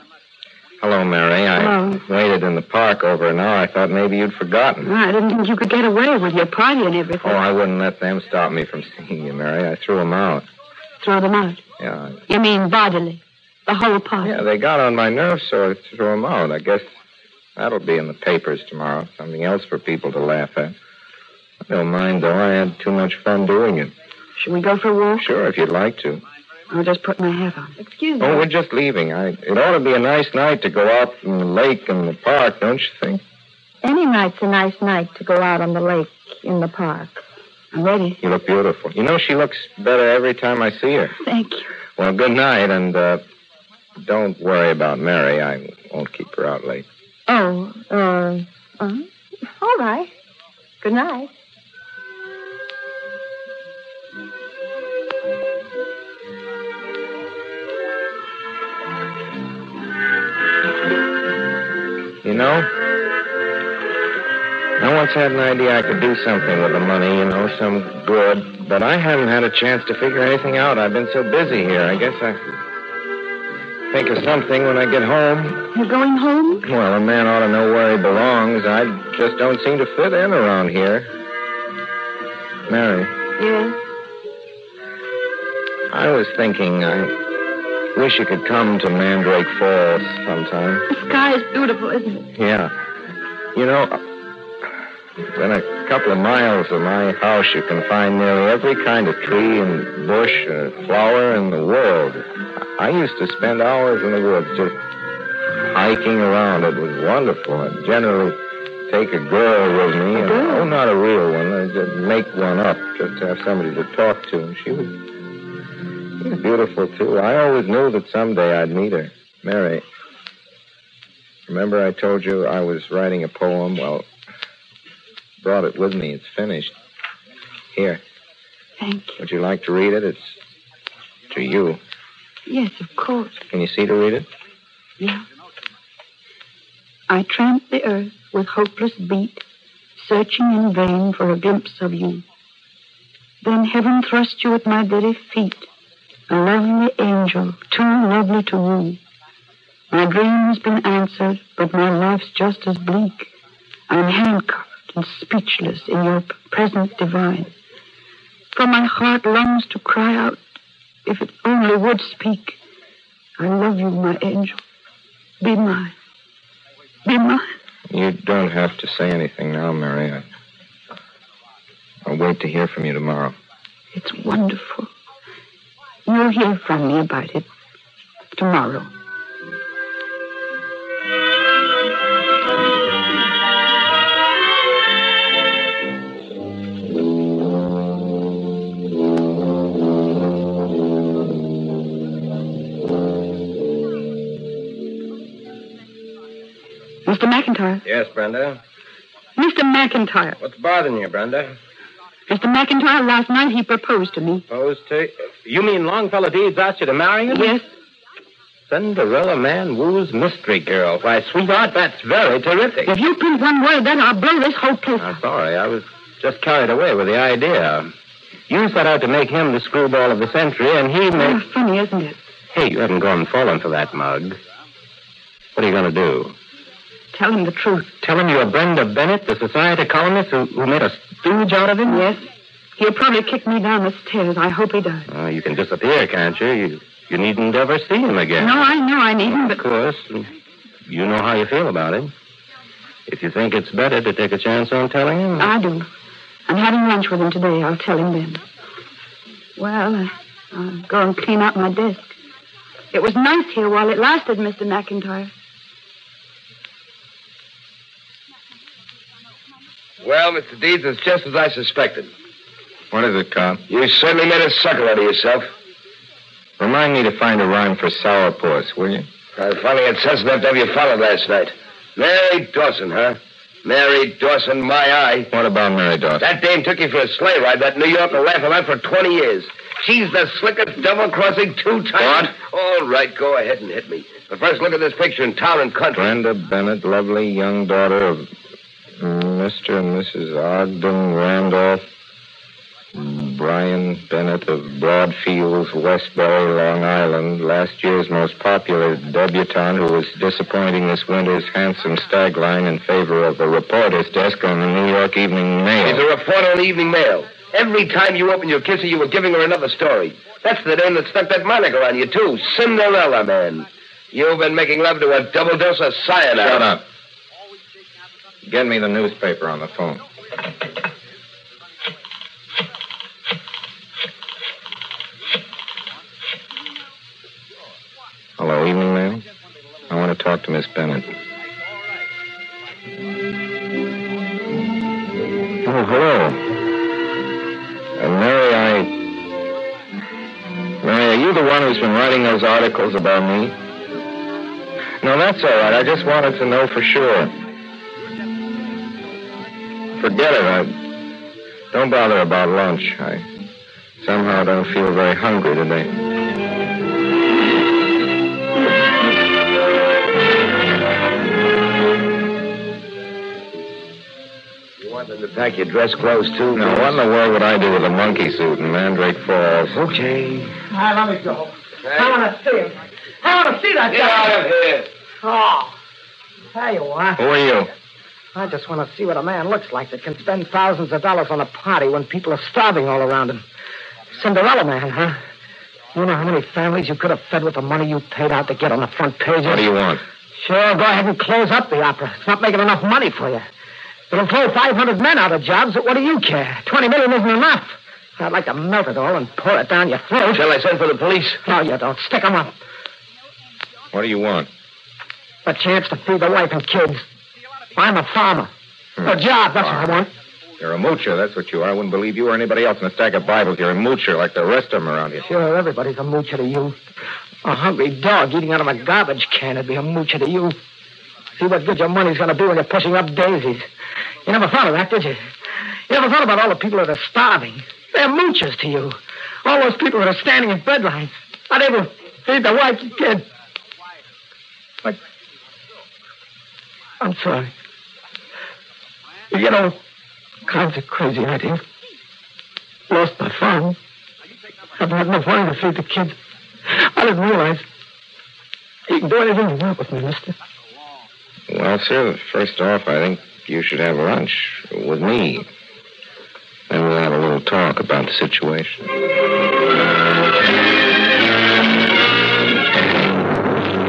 [SPEAKER 3] Hello, Mary. I
[SPEAKER 4] Hello.
[SPEAKER 3] waited in the park over an hour. I thought maybe you'd forgotten.
[SPEAKER 4] I didn't think you could get away with your party and
[SPEAKER 3] Oh,
[SPEAKER 4] everything.
[SPEAKER 3] I wouldn't let them stop me from seeing you, Mary. I threw them out.
[SPEAKER 4] Throw them out.
[SPEAKER 3] Yeah.
[SPEAKER 4] You mean bodily? The whole party?
[SPEAKER 3] Yeah, they got on my nerves, so I threw them out. I guess that'll be in the papers tomorrow. Something else for people to laugh at. I don't mind, though. I had too much fun doing it.
[SPEAKER 4] Should we go for a walk?
[SPEAKER 3] Sure, if you'd like to.
[SPEAKER 4] I'll just put my hat on.
[SPEAKER 7] Excuse me.
[SPEAKER 3] Oh, we're just leaving. I, it ought to be a nice night to go out in the lake and the park, don't you think?
[SPEAKER 4] Any night's a nice night to go out on the lake in the park. I'm ready.
[SPEAKER 3] You look beautiful. You know, she looks better every time I see her.
[SPEAKER 4] Thank you.
[SPEAKER 3] Well, good night, and uh, don't worry about Mary. I won't keep her out late.
[SPEAKER 4] Oh, uh, uh, all right. Good night.
[SPEAKER 3] You know? I once had an idea I could do something with the money, you know, some good, but I haven't had a chance to figure anything out. I've been so busy here. I guess I think of something when I get home.
[SPEAKER 4] You're going home?
[SPEAKER 3] Well, a man ought to know where he belongs. I just don't seem to fit in around here. Mary.
[SPEAKER 4] Yes.
[SPEAKER 3] I was thinking, I wish you could come to Mandrake Falls sometime.
[SPEAKER 4] The sky is beautiful, isn't it?
[SPEAKER 3] Yeah. You know, within a couple of miles of my house, you can find nearly every kind of tree and bush and flower in the world. I I used to spend hours in the woods just hiking around. It was wonderful. I generally take a girl with me. and- oh, not a real one. I just make one up just to have somebody to talk to. And she was, she was beautiful, too. I always knew that someday I'd meet her, Mary. Remember I told you I was writing a poem? Well, brought it with me. It's finished. Here.
[SPEAKER 4] Thank you.
[SPEAKER 3] Would you like to read it? It's to you.
[SPEAKER 4] Yes, of course.
[SPEAKER 3] Can you see to read it?
[SPEAKER 4] Yeah. I tramped the earth with hopeless beat, searching in vain for a glimpse of you. Then heaven thrust you at my very feet, a lovely angel, too lovely to woo. My dream has been answered, but my life's just as bleak. I'm handcuffed and speechless in your p- presence divine. For my heart longs to cry out, if it only would speak. I love you, my angel. Be mine. Be mine.
[SPEAKER 3] You don't have to say anything now, Mary. I, I'll wait to hear from you tomorrow.
[SPEAKER 4] It's wonderful. You'll hear from me about it tomorrow. Mr. McIntyre.
[SPEAKER 2] Yes, Brenda.
[SPEAKER 4] Mr. McIntyre.
[SPEAKER 2] What's bothering you, Brenda?
[SPEAKER 4] Mr. McIntyre, last night he proposed to me.
[SPEAKER 2] Opposed to. You mean Longfellow Deeds asked you to marry him?
[SPEAKER 4] Yes.
[SPEAKER 2] Cinderella man woos mystery girl. Why, sweetheart, that's very terrific.
[SPEAKER 4] If you print one word, then I'll blow this whole place.
[SPEAKER 2] I'm sorry. I was just carried away with the idea. You set out to make him the screwball of the century, and he
[SPEAKER 4] Oh,
[SPEAKER 2] made.
[SPEAKER 4] funny, isn't it?
[SPEAKER 2] Hey, you haven't gone falling for that mug. What are you going to do?
[SPEAKER 4] Tell him the truth.
[SPEAKER 2] Tell him you're Brenda Bennett, the society columnist who, who made a stooge out of him?
[SPEAKER 4] Yes. He'll probably kick me down the stairs. I hope he does.
[SPEAKER 2] Oh, you can disappear, can't you? You, you needn't ever see him again.
[SPEAKER 4] No, I know I need him,
[SPEAKER 2] Of
[SPEAKER 4] but
[SPEAKER 2] course. You know how you feel about it. If you think it's better to take a chance on telling him.
[SPEAKER 4] I do. I'm having lunch with him today. I'll tell him then. Well, uh, I'll go and clean out my desk. It was nice here while it lasted, Mr. McIntyre.
[SPEAKER 2] Well, Mr. Deeds, it's just as I suspected.
[SPEAKER 3] What is it, Cobb?
[SPEAKER 2] You certainly made a sucker out of yourself.
[SPEAKER 3] Remind me to find a rhyme for sourpuss, will you?
[SPEAKER 2] I finally had sense enough to have you followed last night. Mary Dawson, huh? Mary Dawson, my eye.
[SPEAKER 3] What about Mary Dawson?
[SPEAKER 2] That dame took you for a sleigh ride, that New Yorker laugh about for 20 years. She's the slickest double-crossing two-time... What? All right, go ahead and hit me. But first, look at this picture in town and country.
[SPEAKER 3] Brenda Bennett, lovely young daughter of Mr. and Mrs. Ogden Randolph, Brian Bennett of Broadfields, Westbury, Long Island, last year's most popular debutante who was disappointing this winter's handsome stag line in favor of a reporter's desk on the New York Evening
[SPEAKER 2] She's a
[SPEAKER 3] Mail.
[SPEAKER 2] reporter on the Evening Mail. Every time you opened your kisser, you were giving her another story. That's the dame that stuck that moniker on you, too. Cinderella, man. You've been making love to a double dose of cyanide.
[SPEAKER 3] Shut up. Get me the newspaper on the phone. Hello, evening, ma'am. I want to talk to Miss Bennett. Oh, hello. Uh, Mary, I. Mary, are you the one who's been writing those articles about me? No, that's all right. I just wanted to know for sure. Forget it. I don't bother about lunch. I somehow don't feel very hungry today.
[SPEAKER 2] You wanted to pack your dress clothes, too?
[SPEAKER 3] Now, what in the world would I do with a monkey suit in Mandrake Falls?
[SPEAKER 2] Okay.
[SPEAKER 8] Now, let me go. I want to see him. I want to see that
[SPEAKER 2] Get
[SPEAKER 8] guy.
[SPEAKER 2] out of here.
[SPEAKER 8] Oh, there you are.
[SPEAKER 3] Who are you?
[SPEAKER 6] I just want to see what a man looks like that can spend thousands of dollars on a party when people are starving all around him. Cinderella man, huh? You know how many families you could have fed with the money you paid out to get on the front pages?
[SPEAKER 3] What do you want?
[SPEAKER 6] Sure, go ahead and close up the opera. It's not making enough money for you. It'll throw 500 men out of jobs, but what do you care? 20 million isn't enough. I'd like to melt it all and pour it down your throat.
[SPEAKER 2] Shall I send for the police?
[SPEAKER 6] No, you don't. Stick 'em up.
[SPEAKER 3] What do you want?
[SPEAKER 6] A chance to feed the wife and kids. I'm a farmer.
[SPEAKER 3] Hmm.
[SPEAKER 6] A job, that's what I want.
[SPEAKER 3] You're a moocher, that's what you are. I wouldn't believe you or anybody else in a stack of Bibles. You're a moocher like the rest of them around here.
[SPEAKER 6] Sure, everybody's a moocher to you. A hungry dog eating out of a garbage can would be a moocher to you. See what good your money's going to be when you're pushing up daisies. You never thought of that, did you? You never thought about all the people that are starving. They're moochers to you. All those people that are standing in bread lines, not able to feed their wife and kid. Like, I'm sorry. You get all kinds of crazy ideas. Lost my farm. Haven't had enough money to feed the kids. I didn't realize you can do anything you want with me, mister.
[SPEAKER 3] Well, sir, first off, I think you should have lunch with me. Then we'll have a little talk about the situation.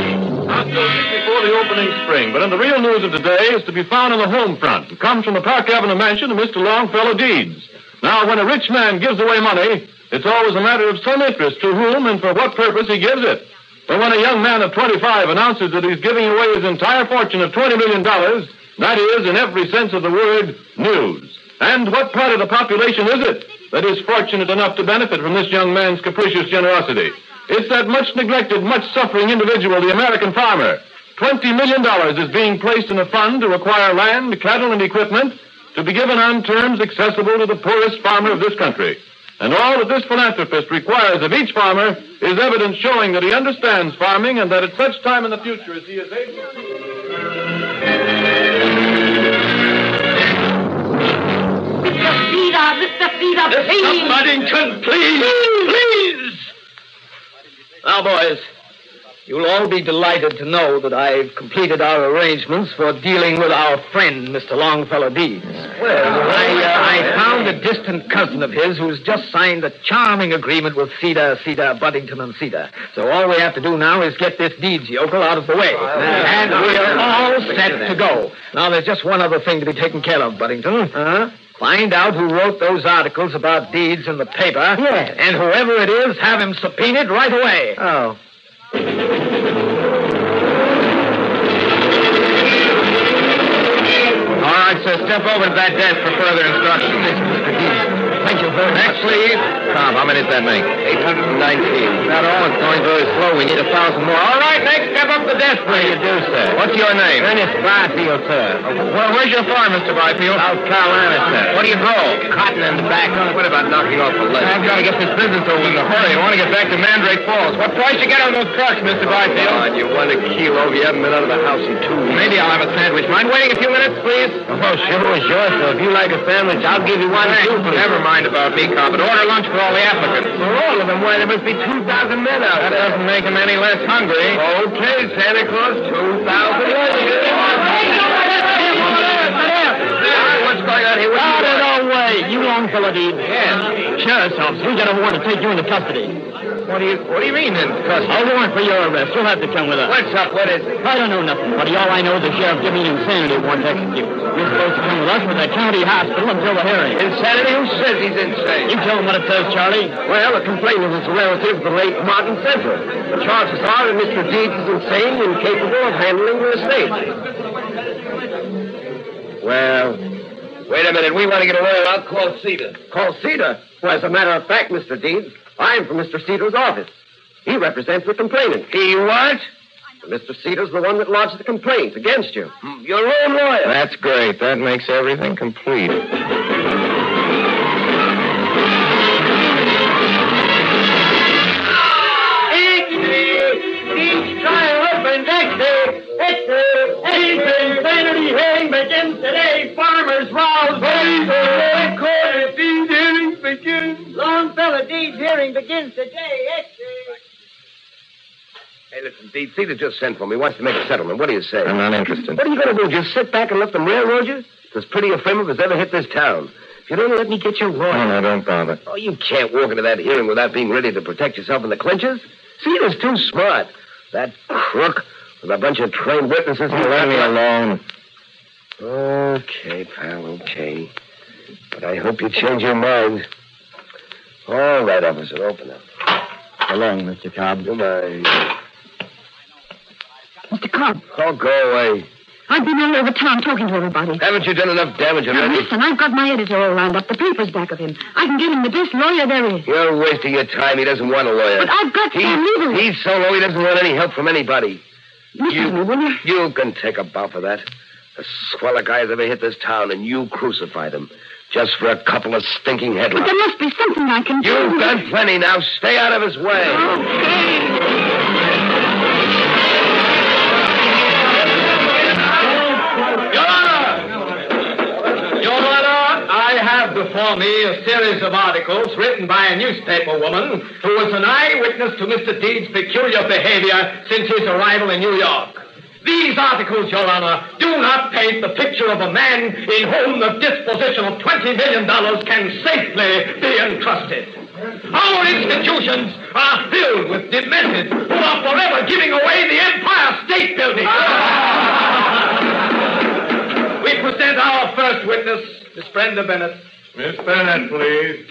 [SPEAKER 2] before the opening spring, but in the real news of today is to be found on the home front. It comes from the Park Avenue mansion of Mr. Longfellow Deeds. Now, when a rich man gives away money, it's always a matter of some interest to whom and for what purpose he gives it. But when a young man of 25 announces that he's giving away his entire fortune of $20 million, that is, in every sense of the word, news. And what part of the population is it that is fortunate enough to benefit from this young man's capricious generosity? It's that much neglected, much suffering individual, the American farmer. Twenty million dollars is being placed in a fund to acquire land, cattle, and equipment to be given on terms accessible to the poorest farmer of this country. And all that this philanthropist requires of each farmer is evidence showing that he understands farming and that at such time in the future as he is able.
[SPEAKER 4] Mr. Feeder, Mr. Feeder, please.
[SPEAKER 9] Mr. Muddington, please, please. Now, boys, you'll all be delighted to know that I've completed our arrangements for dealing with our friend, Mr. Longfellow Deeds. Well, I, uh, I found a distant cousin of his who's just signed a charming agreement with Cedar, Cedar, Buddington, and Cedar. So all we have to do now is get this Deeds yokel out of the way. And we're all set to go. Now, there's just one other thing to be taken care of, Buddington. Huh? Find out who wrote those articles about deeds in the paper. Yes. And whoever it is, have him subpoenaed right away. Oh.
[SPEAKER 3] All right, sir, step over to that desk for further instructions. Thank you very much. Next, please. Tom, how many does that make? 819. Not all. It's going very slow. We need a thousand more. All right, next, step up the desk, please. you do, sir. What's your name? Ernest Byfield, sir. Well, where's your farm, Mr. Byfield? South Carolina, sir. What do you grow? Cotton and tobacco. What about knocking off the lead? I've got to get this business over in a hurry. I want to get back to Mandrake Falls. What price you get on those trucks, Mr. Byfield? God, you want a kilo. You haven't been out of the house in two weeks. Maybe I'll have a sandwich. Mind waiting a few minutes, please? Oh, sure, sure, sir. If you like a sandwich, I'll give you one, too. Never mind about me, Cobb, but order lunch for all the applicants. For all of them? Why, there must be 2,000 men out that there. That doesn't make them any less hungry. Okay, Santa Claus, 2,000 men. What's going on here? Out of the way, you Longfellow deed. Yes. Sheriff's office, we got a warrant to take you into custody. What do you What do you mean in custody? A warrant for your arrest. You'll have to come with us. What's up? What is it? I don't know nothing, buddy. All I know is the sheriff gave me an insanity warrant to execute. You're supposed to come with us with the county hospital until the hearing. Insanity? Who says he's insane? You tell him what it says, Charlie. Well, the complainant is a relative of the late Martin Central. The charges are that Mr. Deeds is insane and capable of handling the estate. Well, Wait a minute. We want to get a lawyer out. Call Cedar. Call Cedar? Well, as a matter of fact, Mr. Deeds, I'm from Mr. Cedar's office. He represents the complainant. He what? Mr. Cedar's the one that lodged the complaint against you. Your own lawyer. That's great. That makes everything complete.
[SPEAKER 9] Each trial open next day. It's the eighth insanity hearing begins today. Farmers rouse. Raise the red corner. These hearings begin. Longfellow D's hearing begins today. It's
[SPEAKER 10] Hey, listen, Pete, Cedar just sent for me. Wants to make a settlement. What do you say?
[SPEAKER 3] I'm not interested.
[SPEAKER 10] What are you going to do? Just sit back and let them railroad you? It's as pretty a frame-up as ever hit this town. If you don't let me get your lawyer...
[SPEAKER 3] No, no, don't bother.
[SPEAKER 10] Oh, you can't walk into that hearing without being ready to protect yourself in the clinches. Cedar's too smart. That crook with a bunch of trained witnesses...
[SPEAKER 3] Oh, let me alone.
[SPEAKER 10] Okay, pal, okay. But I hope you change your mind. All right, officer, open up. Along, Mr. Cobb. Goodbye.
[SPEAKER 11] Mr.
[SPEAKER 4] club.
[SPEAKER 3] Oh, go away.
[SPEAKER 4] I've been all over town talking to everybody.
[SPEAKER 3] Haven't you done enough damage
[SPEAKER 4] Now,
[SPEAKER 3] already?
[SPEAKER 4] listen, I've got my editor all lined up. The paper's back of him. I can get him the best lawyer there is.
[SPEAKER 3] You're wasting your time. He doesn't want a lawyer.
[SPEAKER 4] But I've got
[SPEAKER 3] He's,
[SPEAKER 4] some legal-
[SPEAKER 3] he's so low he doesn't want any help from anybody.
[SPEAKER 4] Listen to me, will you?
[SPEAKER 3] You can take a bow for that. The swell guy has ever hit this town, and you crucified him. Just for a couple of stinking
[SPEAKER 4] But
[SPEAKER 3] headlines.
[SPEAKER 4] there must be something I can do.
[SPEAKER 3] You've done plenty now. Stay out of his way.
[SPEAKER 6] Your Honor, I have before me a series of articles written by a newspaper woman who was an eyewitness to Mr. Deed's peculiar behavior since his arrival in New York. These articles, Your Honor, do not paint the picture of a man in whom the disposition of $20 million can safely be entrusted. Our institutions are filled with demented who are forever giving away the Empire State Building. We present our first witness, Miss Brenda Bennett.
[SPEAKER 2] Miss Bennett, please.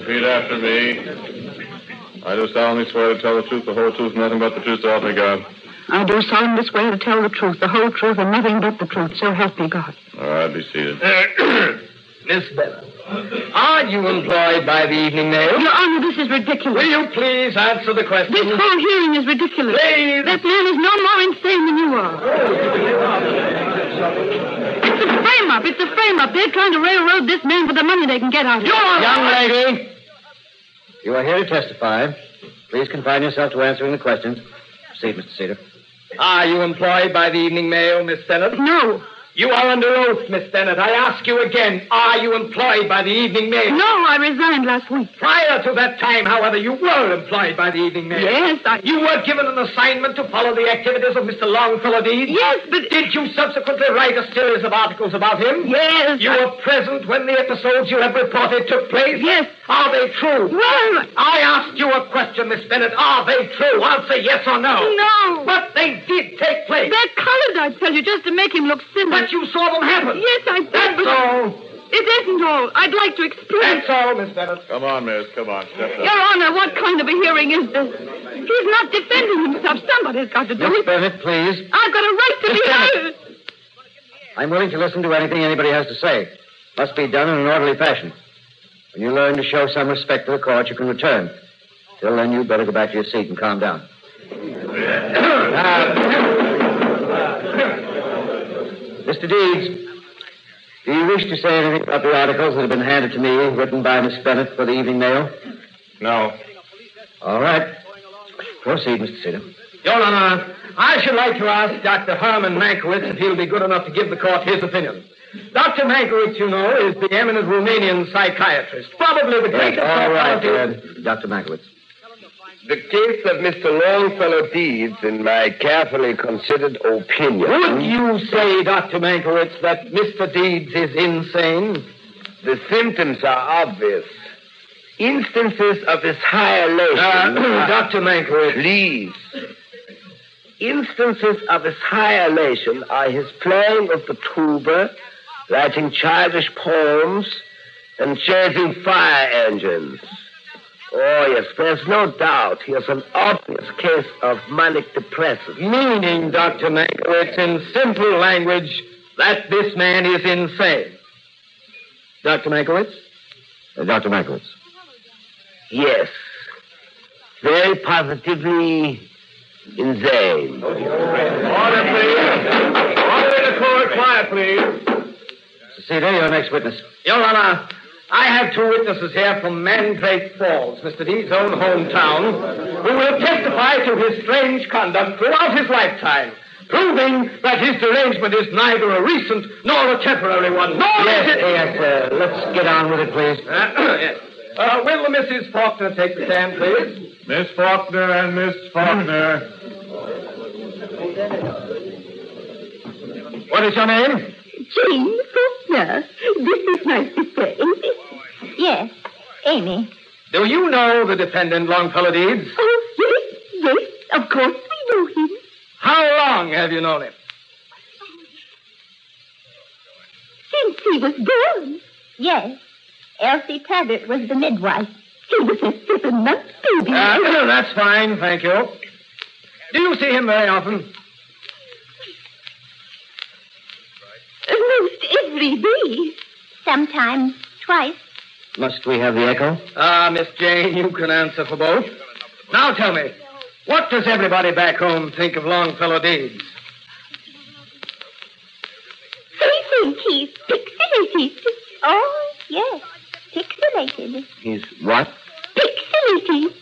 [SPEAKER 2] Repeat after me. I do solemnly swear to tell the truth, the whole truth, and nothing but the truth, so help me God.
[SPEAKER 4] I do solemnly swear to tell the truth, the whole truth, and nothing but the truth. So help me God.
[SPEAKER 2] All right, be seated.
[SPEAKER 6] Miss Bennett, are you employed by the evening mail?
[SPEAKER 4] Your Honor, this is ridiculous.
[SPEAKER 6] Will you please answer the question?
[SPEAKER 4] This whole hearing is ridiculous.
[SPEAKER 6] Please.
[SPEAKER 4] That man is no more insane than you are. It's a frame up. It's a frame up. They're trying to railroad this man for the money they can get out of him.
[SPEAKER 12] Young lady, you are here to testify. Please confine yourself to answering the questions. Proceed, Mr. Cedar.
[SPEAKER 3] Ah,
[SPEAKER 6] Are you employed by the evening mail, Miss Bennett?
[SPEAKER 4] No.
[SPEAKER 6] You are under oath, Miss Bennett. I ask you again, are you employed by the evening mail?
[SPEAKER 4] No, I resigned last week.
[SPEAKER 6] Prior to that time, however, you were employed by the evening mail.
[SPEAKER 4] Yes, I-
[SPEAKER 6] You were given an assignment to follow the activities of Mr. Longfellow Deeds.
[SPEAKER 4] Yes, but.
[SPEAKER 6] Did you subsequently write a series of articles about him?
[SPEAKER 4] Yes.
[SPEAKER 6] You
[SPEAKER 4] I-
[SPEAKER 6] were present when the episodes you have reported took place?
[SPEAKER 4] Yes.
[SPEAKER 6] Are they true?
[SPEAKER 4] Well,
[SPEAKER 6] I asked you a question, Miss Bennett. Are they true? Answer yes or no.
[SPEAKER 4] no.
[SPEAKER 6] But they did take place.
[SPEAKER 4] They're colored, I tell you, just to make him look silly.
[SPEAKER 6] But you saw them happen.
[SPEAKER 4] Yes, I did.
[SPEAKER 6] That's
[SPEAKER 4] but
[SPEAKER 6] all.
[SPEAKER 4] It isn't all. I'd like to explain.
[SPEAKER 6] That's all, Miss Bennett.
[SPEAKER 2] Come on, miss. Come on. Step
[SPEAKER 4] Your
[SPEAKER 2] up.
[SPEAKER 4] Honor, what kind of a hearing is this? He's not defending himself. Somebody's got to do
[SPEAKER 12] Miss
[SPEAKER 4] it.
[SPEAKER 12] Bennett, please.
[SPEAKER 4] I've got a right to
[SPEAKER 12] Miss
[SPEAKER 4] be
[SPEAKER 12] Bennett.
[SPEAKER 4] heard.
[SPEAKER 12] I'm willing to listen to anything anybody has to say. Must be done in an orderly fashion. When you learn to show some respect to the court, you can return. Till then, you'd better go back to your seat and calm down. Now, Mr. Deeds, do you wish to say anything about the articles that have been handed to me, written by Miss Bennett for the evening mail?
[SPEAKER 2] No.
[SPEAKER 12] All right. Proceed, Mr. Sitter.
[SPEAKER 6] Your Honor, I should like to ask Dr. Herman Mankiewicz if he'll be good enough to give the court his opinion. Dr. Mankiewicz, you know, is the eminent Romanian psychiatrist, probably the greatest
[SPEAKER 12] all right,
[SPEAKER 6] psychologist-
[SPEAKER 12] uh, Dr. Mankiewicz.
[SPEAKER 3] The case of Mr. Longfellow Deeds, in my carefully considered
[SPEAKER 6] Would
[SPEAKER 3] opinion,
[SPEAKER 6] you say, Dr. Mankiewicz, that Mr. Deeds is insane?
[SPEAKER 3] the symptoms are obvious. Instances of his high elation.
[SPEAKER 6] Dr. Mankiewicz.
[SPEAKER 3] Please. Instances of his high elation are his playing of the tuba, writing childish poems, and chasing fire engines. Oh, yes, there's no doubt he has an obvious case of manic depressive.
[SPEAKER 6] Meaning, Dr. Mankiewicz, in simple language, that this man is insane. Dr. Mankiewicz?
[SPEAKER 12] Uh, Dr. Mankiewicz.
[SPEAKER 3] Yes. Very positively insane.
[SPEAKER 2] Order, please. Order in the court. Quiet, please.
[SPEAKER 12] Cedar, your next witness.
[SPEAKER 6] Your Honor, I have two witnesses here from Mandrake Falls, Mr. Deeds' own hometown, who will testify to his strange conduct throughout his lifetime, proving that his derangement is neither a recent nor a temporary one. Nor
[SPEAKER 12] Yes,
[SPEAKER 6] is it...
[SPEAKER 12] yes, uh, let's get on with it, please.
[SPEAKER 6] yes. Uh, will the Mrs. Faulkner take the stand, please?
[SPEAKER 2] Miss Faulkner and Miss Faulkner.
[SPEAKER 6] What is your name?
[SPEAKER 13] Jane Faulkner. This is my sister, ain't it? Yes, Amy.
[SPEAKER 6] Do you know the defendant, Longfellow Deeds?
[SPEAKER 13] Oh, yes, yes, of course we know him.
[SPEAKER 6] How long have you known him?
[SPEAKER 13] Since he was born. Yes, Elsie Taggart was the midwife. He was a seven-month baby.
[SPEAKER 6] Uh, that's fine, thank you.
[SPEAKER 14] Do you see him very often?
[SPEAKER 15] Most every day. Sometimes twice.
[SPEAKER 5] Must we have the echo?
[SPEAKER 6] Ah, Miss Jane, you can answer for both. Now tell me, what does everybody back home think of Longfellow Deeds?
[SPEAKER 15] They think he's pixelated. Oh, yes. Pixelated.
[SPEAKER 5] He's what?
[SPEAKER 15] Pixelated.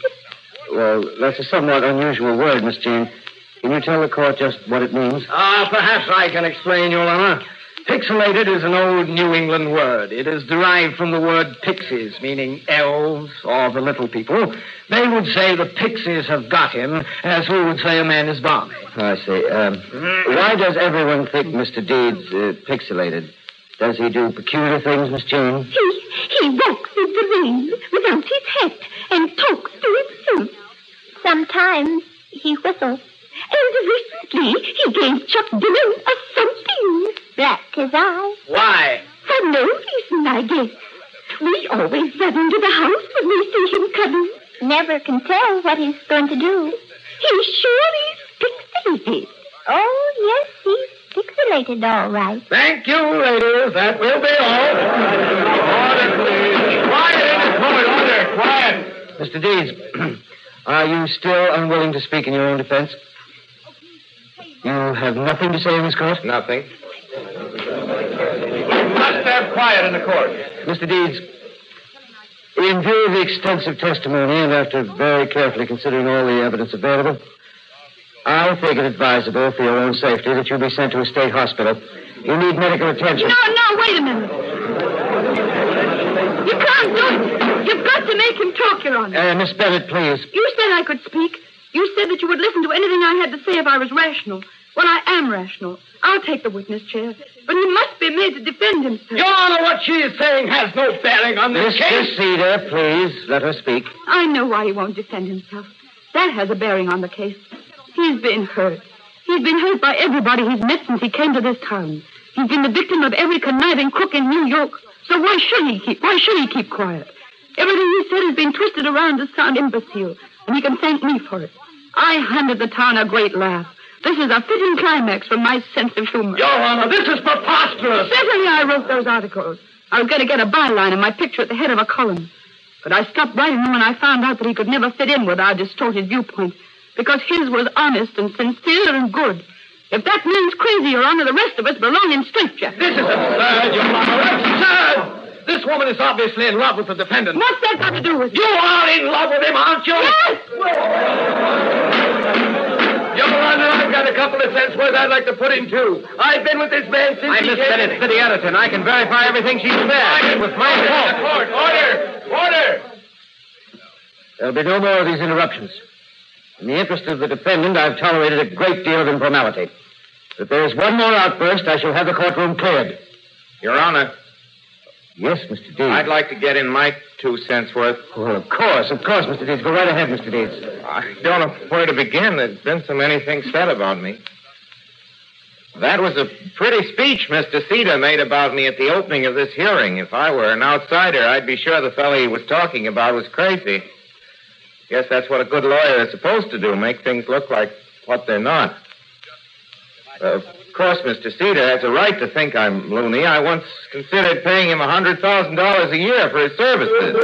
[SPEAKER 5] Well, that's a somewhat unusual word, Miss Jean. Can you tell the court just what it means?
[SPEAKER 6] Ah, perhaps I can explain, Your Honor. Pixelated is an old New England word. It is derived from the word pixies, meaning elves or the little people. They would say the pixies have got him, as we would say a man is balmy.
[SPEAKER 5] I see. Um, why does everyone think Mr. Deeds uh, pixelated? Does he do peculiar things, Miss Jean?
[SPEAKER 15] He, he walks in the rain without his hat and talks to himself. Sometimes he whistles. And recently he gave Chuck Dillon a thumping. Black as I.
[SPEAKER 6] Why?
[SPEAKER 15] For no reason, I guess. We always run into the house when we see him coming. Never can tell what he's going to do. He sure is pixelated. Oh, yes, he's pixelated, all right.
[SPEAKER 6] Thank you, ladies. That will be all. Order, please. Quiet, boy,
[SPEAKER 5] Mr.
[SPEAKER 6] order, quiet.
[SPEAKER 5] Deeds, are you still unwilling to speak in your own defense? You have nothing to say in this court?
[SPEAKER 6] Nothing. Must have quiet in the court.
[SPEAKER 5] Mr. Deeds, in view of the extensive testimony and after very carefully considering all the evidence available, I think it advisable for your own safety that you be sent to a state hospital. You need medical attention.
[SPEAKER 4] No, no, wait a minute. You can't do it. You've got to make him talk, Your Honor.
[SPEAKER 5] Uh, Miss Bennett, please.
[SPEAKER 4] You said I could speak. You said that you would listen to anything I had to say if I was rational. Well, I am rational. I'll take the witness chair. But he must be made to defend himself.
[SPEAKER 6] Your Honor, what she is saying has no bearing on this case.
[SPEAKER 5] Mr. Cedar, please, let her speak.
[SPEAKER 4] I know why he won't defend himself. That has a bearing on the case. He's been hurt. He's been hurt by everybody he's met since he came to this town. He's been the victim of every conniving crook in New York. So why should he keep? Why should he keep quiet? Everything he said has been twisted around to sound imbecile, and he can thank me for it. I handed the town a great laugh. This is a fitting climax for my sense of humor.
[SPEAKER 6] Your Honor, this is preposterous.
[SPEAKER 4] Certainly, I wrote those articles. I was going to get a byline and my picture at the head of a column. But I stopped writing them when I found out that he could never fit in with our distorted viewpoint, because his was honest and sincere and good. If that means crazy, Your Honor, the rest of us belong in straitjackets.
[SPEAKER 6] This is absurd, Your Honor. Absurd! This woman is obviously in love with the defendant.
[SPEAKER 4] What's that got to do with it?
[SPEAKER 6] You are in love with him, aren't you?
[SPEAKER 4] Yes!
[SPEAKER 6] Your Honor, I've got a couple of cents worth I'd like to put in, too. I've been with this man since
[SPEAKER 16] I'm
[SPEAKER 6] he
[SPEAKER 16] Miss
[SPEAKER 6] came-
[SPEAKER 16] Bennett, city editor, and I can verify everything she said. It was my
[SPEAKER 6] Order in the
[SPEAKER 16] fault.
[SPEAKER 6] court. Order! Order!
[SPEAKER 5] There'll be no more of these interruptions. In the interest of the defendant, I've tolerated a great deal of informality. If there is one more outburst, I shall have the courtroom cleared.
[SPEAKER 3] Your Honor,
[SPEAKER 5] Yes, Mr. Deeds.
[SPEAKER 3] I'd like to get in my two cents worth.
[SPEAKER 5] Well, of course, of course, Mr. Deeds. Go right ahead, Mr. Deeds.
[SPEAKER 3] I don't know where to begin. There's been so many things said about me. That was a pretty speech Mr. Cedar made about me at the opening of this hearing. If I were an outsider, I'd be sure the fellow he was talking about was crazy. Guess that's what a good lawyer is supposed to do, make things look like what they're not. Uh, of course, Mr. Cedar has a right to think I'm loony. I once considered paying him $100,000 a year for his services.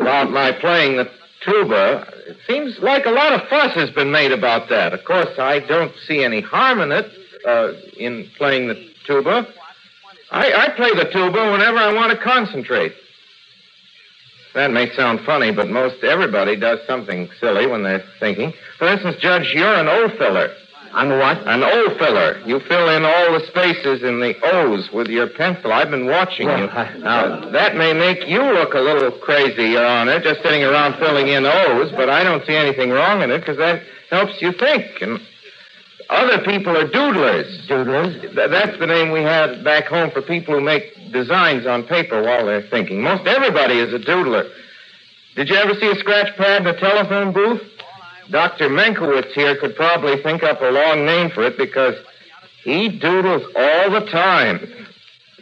[SPEAKER 3] about my playing the tuba. It seems like a lot of fuss has been made about that. Of course, I don't see any harm in it, uh, in playing the tuba. I, I play the tuba whenever I want to concentrate. That may sound funny, but most everybody does something silly when they're thinking. For instance, Judge, you're an O filler.
[SPEAKER 5] I'm what?
[SPEAKER 3] An O filler. You fill in all the spaces in the O's with your pencil. I've been watching you.
[SPEAKER 5] Well, I-
[SPEAKER 3] Now, that may make you look a little crazy, Your Honor, just sitting around filling in O's, but I don't see anything wrong in it because that helps you think. And other people are doodlers.
[SPEAKER 5] Doodlers?
[SPEAKER 3] Th- that's the name we had back home for people who make designs on paper while they're thinking. Most everybody is a doodler. Did you ever see a scratch pad in a telephone booth? Dr. Menkowitz here could probably think up a long name for it because he doodles all the time.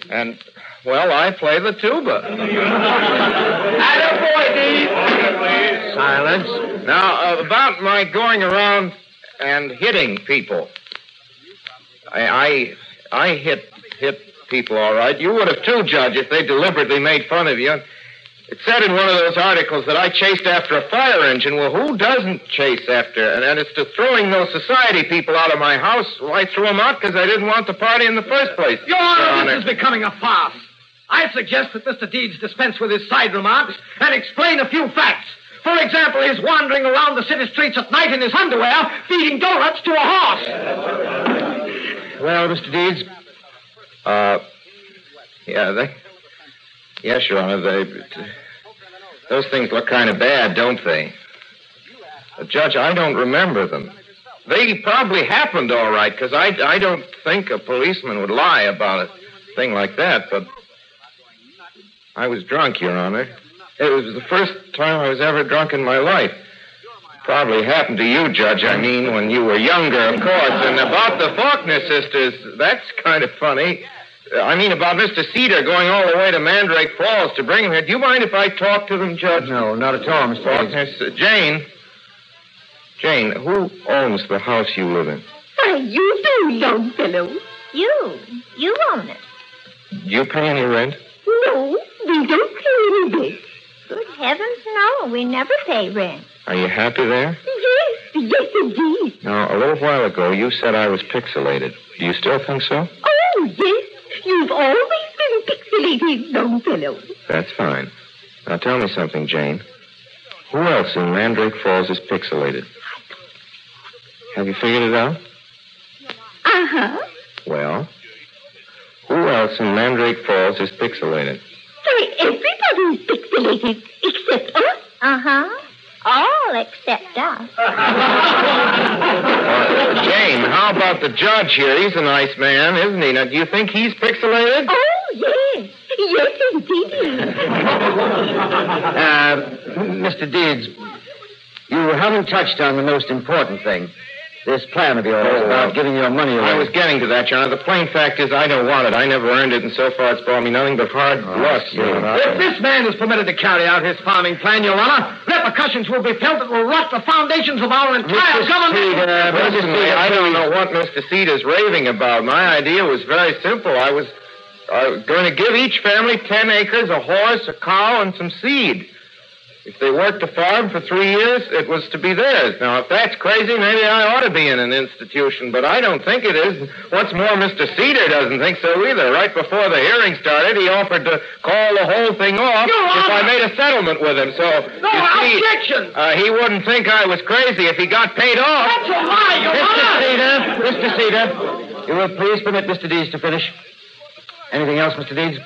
[SPEAKER 3] And, well, I play the tuba.
[SPEAKER 6] Attaboy, Deeds!
[SPEAKER 3] violence. Now, uh, about my going around and hitting people. I, I, I hit hit people all right. You would have too, Judge, if they deliberately made fun of you. It said in one of those articles that I chased after a fire engine. Well, who doesn't chase after? And, and it's to throwing those society people out of my house. Well, I threw them out because I didn't want the party in the first place.
[SPEAKER 17] Your Honor, this is becoming a farce. I suggest that Mr. Deeds dispense with his side remarks and explain a few facts. For example, his wandering around the city streets at night in his underwear, feeding donuts to a horse.
[SPEAKER 3] Well, Mr. Deeds. Uh, yeah, they. Yes, Your Honor, they. Those things look kind of bad, don't they? Uh, Judge, I don't remember them. They probably happened all right, because I, I don't think a policeman would lie about a thing like that, but I was drunk, Your Honor. It was the first time I was ever drunk in my life. Probably happened to you, Judge, I mean, when you were younger, of course. And about the Faulkner sisters, that's kind of funny. Uh, I mean, about Mr. Cedar going all the way to Mandrake Falls to bring him here. Do you mind if I talk to them, Judge? No, not at all, Mr. Faulkner. si- Jane. Jane, who owns the house you live in?
[SPEAKER 15] Why, you do, young fellow. You. You own it.
[SPEAKER 3] Do you pay any rent?
[SPEAKER 15] No, we don't pay any rent. Good heavens, no. We never pay rent.
[SPEAKER 3] Are you happy there?
[SPEAKER 15] Yes, yes, indeed.
[SPEAKER 3] Now, a little while ago, you said I was pixelated. Do you still think so?
[SPEAKER 15] Oh, yes. You've always been pixelated, young fellow.
[SPEAKER 3] That's fine. Now tell me something, Jane. Who else in Mandrake Falls is pixelated? Have you figured it out?
[SPEAKER 15] Uh
[SPEAKER 4] Uh-huh.
[SPEAKER 15] huh.
[SPEAKER 3] Well, who else in Mandrake Falls is pixelated?
[SPEAKER 15] Why, everybody's pixelated except us. Uh huh. All except us.
[SPEAKER 3] Jane, how about the judge here? He's a nice man, isn't he? Now, do you think he's pixelated?
[SPEAKER 15] Oh, yes. Yes, indeed.
[SPEAKER 6] Uh, Mr. Deeds, you haven't touched on the most important thing. This plan of yours about giving your money away.
[SPEAKER 3] Oh, I was getting to that, Your Honor. The plain fact is, I don't want it. I never earned it, and so far it's brought me nothing but hard
[SPEAKER 6] Oh,
[SPEAKER 3] luck. Your Honor.
[SPEAKER 17] If this man is permitted to carry out his farming plan, Your Honor, repercussions will be felt that will rot the foundations of our entire government.
[SPEAKER 3] Personally, I don't know what Mr. Cedar's raving about. My idea was very simple. I was uh, going to give each family ten acres, a horse, a cow, and some seed. If they worked the farm for three years, it was to be theirs. Now, if that's crazy, maybe I ought to be in an institution, but I don't think it is. What's more, Mr. Cedar doesn't think so either. Right before the hearing started, he offered to call the whole thing off
[SPEAKER 17] Your
[SPEAKER 3] if I
[SPEAKER 17] Honor!
[SPEAKER 3] made a settlement with him. So,
[SPEAKER 17] No
[SPEAKER 3] you see,
[SPEAKER 17] objection!
[SPEAKER 3] uh, he wouldn't think I was crazy if he got paid off.
[SPEAKER 17] That's a lie, Your Honor!
[SPEAKER 6] Mr. Cedar, Mr. Cedar, you will please permit Mr. Deeds to finish. Anything else, Mr. Deeds?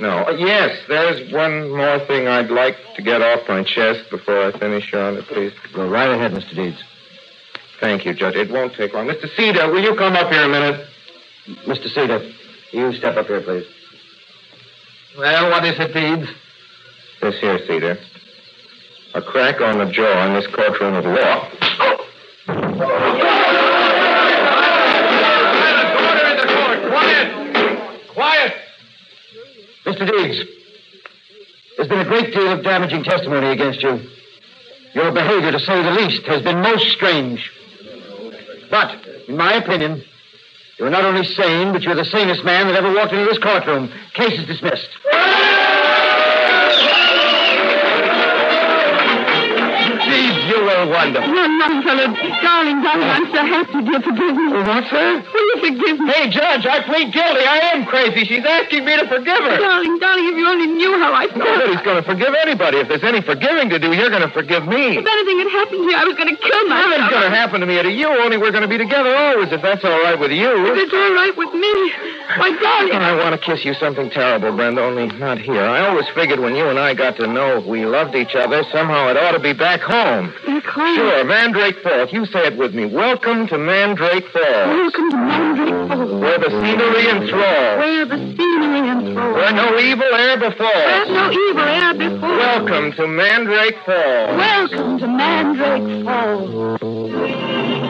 [SPEAKER 3] No. Uh, yes, there's one more thing I'd like to get off my chest before I finish, Your Honor, please. Go right ahead, Mr. Deeds. Thank you, Judge. It won't take long. Mr. Cedar, will you come up here a minute?
[SPEAKER 6] Mr. Cedar, you step up here, please.
[SPEAKER 3] Well, what is it, Deeds? This here, Cedar. A crack on the jaw in this courtroom of law.
[SPEAKER 6] Quiet! Mr. Deeds, there's been a great deal of damaging testimony against you. Your behavior, to say the least, has been most strange. But, in my opinion, you're not only sane, but you're the sanest man that ever walked into this courtroom. Case is dismissed.
[SPEAKER 3] Deeds, you were wonderful.
[SPEAKER 4] Young, young fellow, darling, darling, I'm so happy, dear. Forgive me. What, sir? Will you forgive me?
[SPEAKER 3] Hey, Judge, I plead guilty. I am crazy. She's asking me to forgive her.
[SPEAKER 4] Darling, darling, if you only knew how I felt.
[SPEAKER 3] Nobody's going to forgive anybody. If there's any forgiving to do, you're going to forgive me.
[SPEAKER 4] If anything had happened here, I was going to kill myself.
[SPEAKER 3] Nothing's going to happen to me or to you, only we're going to be together always, if that's all right with you.
[SPEAKER 4] If it's all right with me, why, darling.
[SPEAKER 3] I want to kiss you something terrible, Brenda, only not here. I always figured when you and I got to know we loved each other, somehow it ought to be back home.
[SPEAKER 4] Back home.
[SPEAKER 3] Sure, Mandrake Falls. You say it with me. Welcome to Mandrake Falls.
[SPEAKER 4] Welcome to Mandrake Falls.
[SPEAKER 3] Where the scenery enthralls.
[SPEAKER 4] Where the scenery enthralls.
[SPEAKER 3] Where no evil air befalls.
[SPEAKER 4] Where no evil air before.
[SPEAKER 3] Welcome to Mandrake Falls.
[SPEAKER 4] Welcome to Mandrake Falls.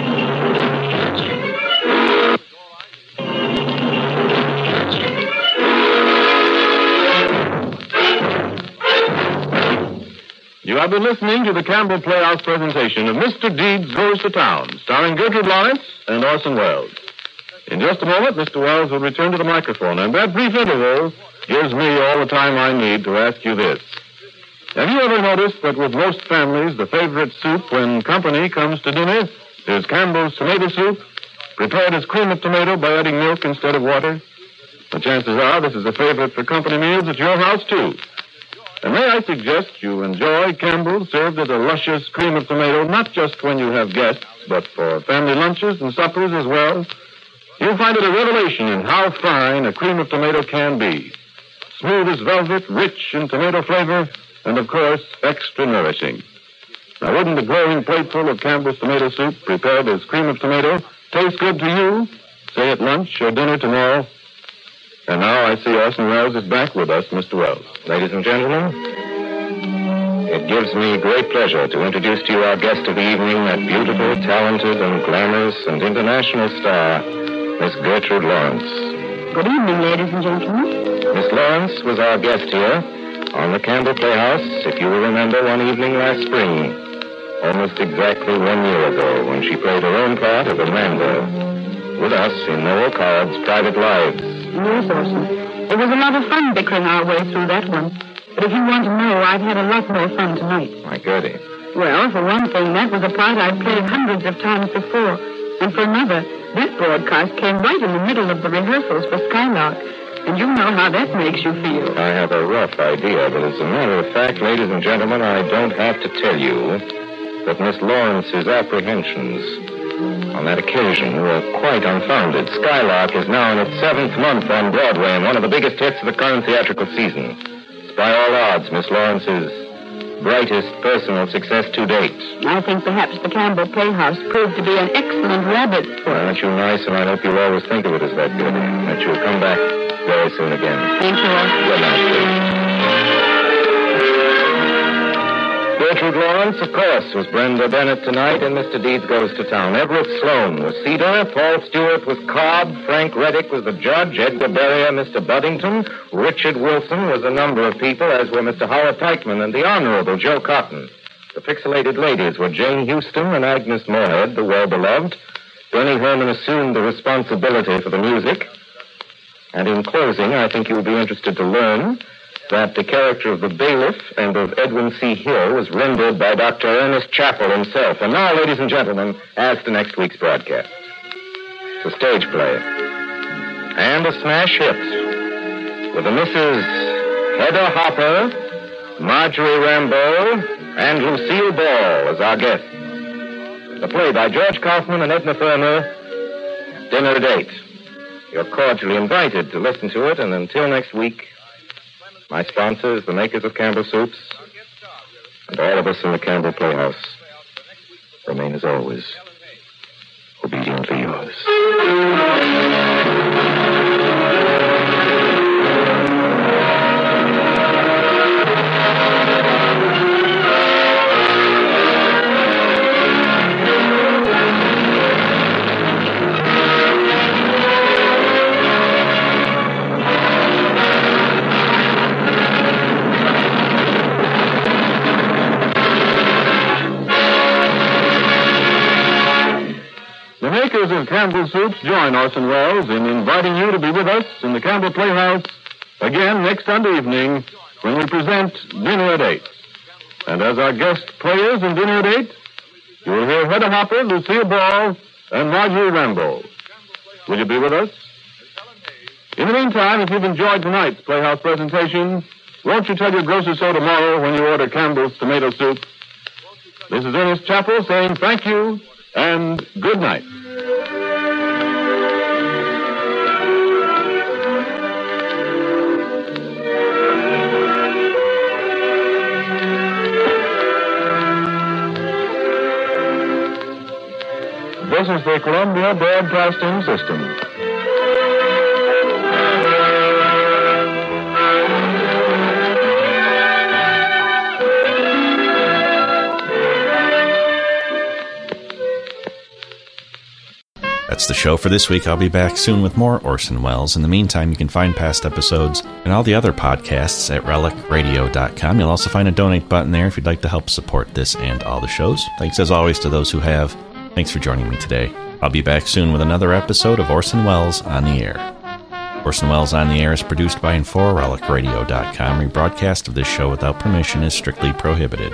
[SPEAKER 2] You have been listening to the Campbell Playhouse presentation of Mr. Deeds Goes to Town, starring Gertrude Lawrence and Orson Welles. In just a moment, Mr. Wells will return to the microphone, and that brief interval gives me all the time I need to ask you this. Have you ever noticed that with most families, the favorite soup when company comes to dinner is Campbell's tomato soup, prepared as cream of tomato by adding milk instead of water? The chances are this is a favorite for company meals at your house, too. And may I suggest you enjoy Campbell's served as a luscious cream of tomato, not just when you have guests, but for family lunches and suppers as well. You'll find it a revelation in how fine a cream of tomato can be. Smooth as velvet, rich in tomato flavor, and of course, extra nourishing. Now, wouldn't the glowing plateful of Campbell's tomato soup prepared as cream of tomato taste good to you, say at lunch or dinner tomorrow? And now I see Orson Welles is back with us, Mr. Wells.
[SPEAKER 3] Ladies and gentlemen, it gives me great pleasure to introduce to you our guest of the evening, that beautiful, talented, and glamorous and international star, Miss Gertrude Lawrence.
[SPEAKER 18] Good evening, ladies and gentlemen.
[SPEAKER 3] Miss Lawrence was our guest here on the Campbell Playhouse, if you will remember, one evening last spring, almost exactly one year ago, when she played her own part of Amanda with us in Noel Card's Private Lives.
[SPEAKER 18] Yes, Orson. It was a lot of fun bickering our way through that one. But if you want to know, I've had a lot more fun tonight.
[SPEAKER 3] My Gertie.
[SPEAKER 18] Well, for one thing, that was a part I've played hundreds of times before. And for another, this broadcast came right in the middle of the rehearsals for Skylark. And you know how that makes you feel.
[SPEAKER 3] I have a rough idea, but as a matter of fact, ladies and gentlemen, I don't have to tell you that Miss Lawrence's apprehensions on that occasion were quite unfounded. Skylark is now in its seventh month on Broadway and one of the biggest hits of the current theatrical season. It's by all odds Miss Lawrence's brightest personal success to date.
[SPEAKER 18] I think perhaps the Campbell Playhouse proved to be an excellent rabbit.
[SPEAKER 3] Well, aren't you nice? And I hope you'll always think of it as that good. and That you'll come back very soon again.
[SPEAKER 18] Thank you, Orson.
[SPEAKER 3] Good night, dear. Gertrude Lawrence, of course, was Brenda Bennett tonight, and Mr. Deeds Goes to Town. Everett Sloan was Cedar, Paul Stewart was Cobb, Frank Reddick was the judge, Edgar Barrier, Mr. Buddington, Richard Wilson was a number of people, as were Mr. Howard Teichman and the Honorable Joe Cotton. The pixelated ladies were Jane Houston and Agnes Moorehead, the well-beloved. Bernie Herman assumed the responsibility for the music. And in closing, I think you'll be interested to learn that the character of the bailiff and of Edwin C. Hill was rendered by Dr. Ernest Chappell himself. And now, ladies and gentlemen, as to next week's broadcast. It's a stage play. And a smash hit. With the Mrs. Hedda Hopper, Marjorie Rambeau, and Lucille Ball as our guests. The play by George Kaufman and Edna Ferner, Dinner Date. You're cordially invited to listen to it, and until next week, my sponsors, the makers of Campbell Soups, and all of us in the Campbell Playhouse, remain as always obediently yours.
[SPEAKER 2] The makers of Campbell Soups join Orson Welles in inviting you to be with us in the Campbell Playhouse again next Sunday evening when we present Dinner at Eight. And as our guest players in Dinner at Eight, you will hear Hedda Hopper, Lucille Ball, and Marjorie Rambo. Will you be with us? In the meantime, if you've enjoyed tonight's Playhouse presentation, won't you tell your grocer so tomorrow when you order Campbell's tomato soup? This is Ernest Chappell saying thank you and good night. This is the Columbia Broadcasting System.
[SPEAKER 1] That's the show for this week. I'll be back soon with more Orson Welles. In the meantime, you can find past episodes and all the other podcasts at relicradio.com. You'll also find a donate button there if you'd like to help support this and all the shows. Thanks as always to those who have. Thanks for joining me today. I'll be back soon with another episode of Orson Welles on the Air. Orson Welles on the Air is produced by and for RelicRadio.com. Rebroadcast of this show without permission is strictly prohibited.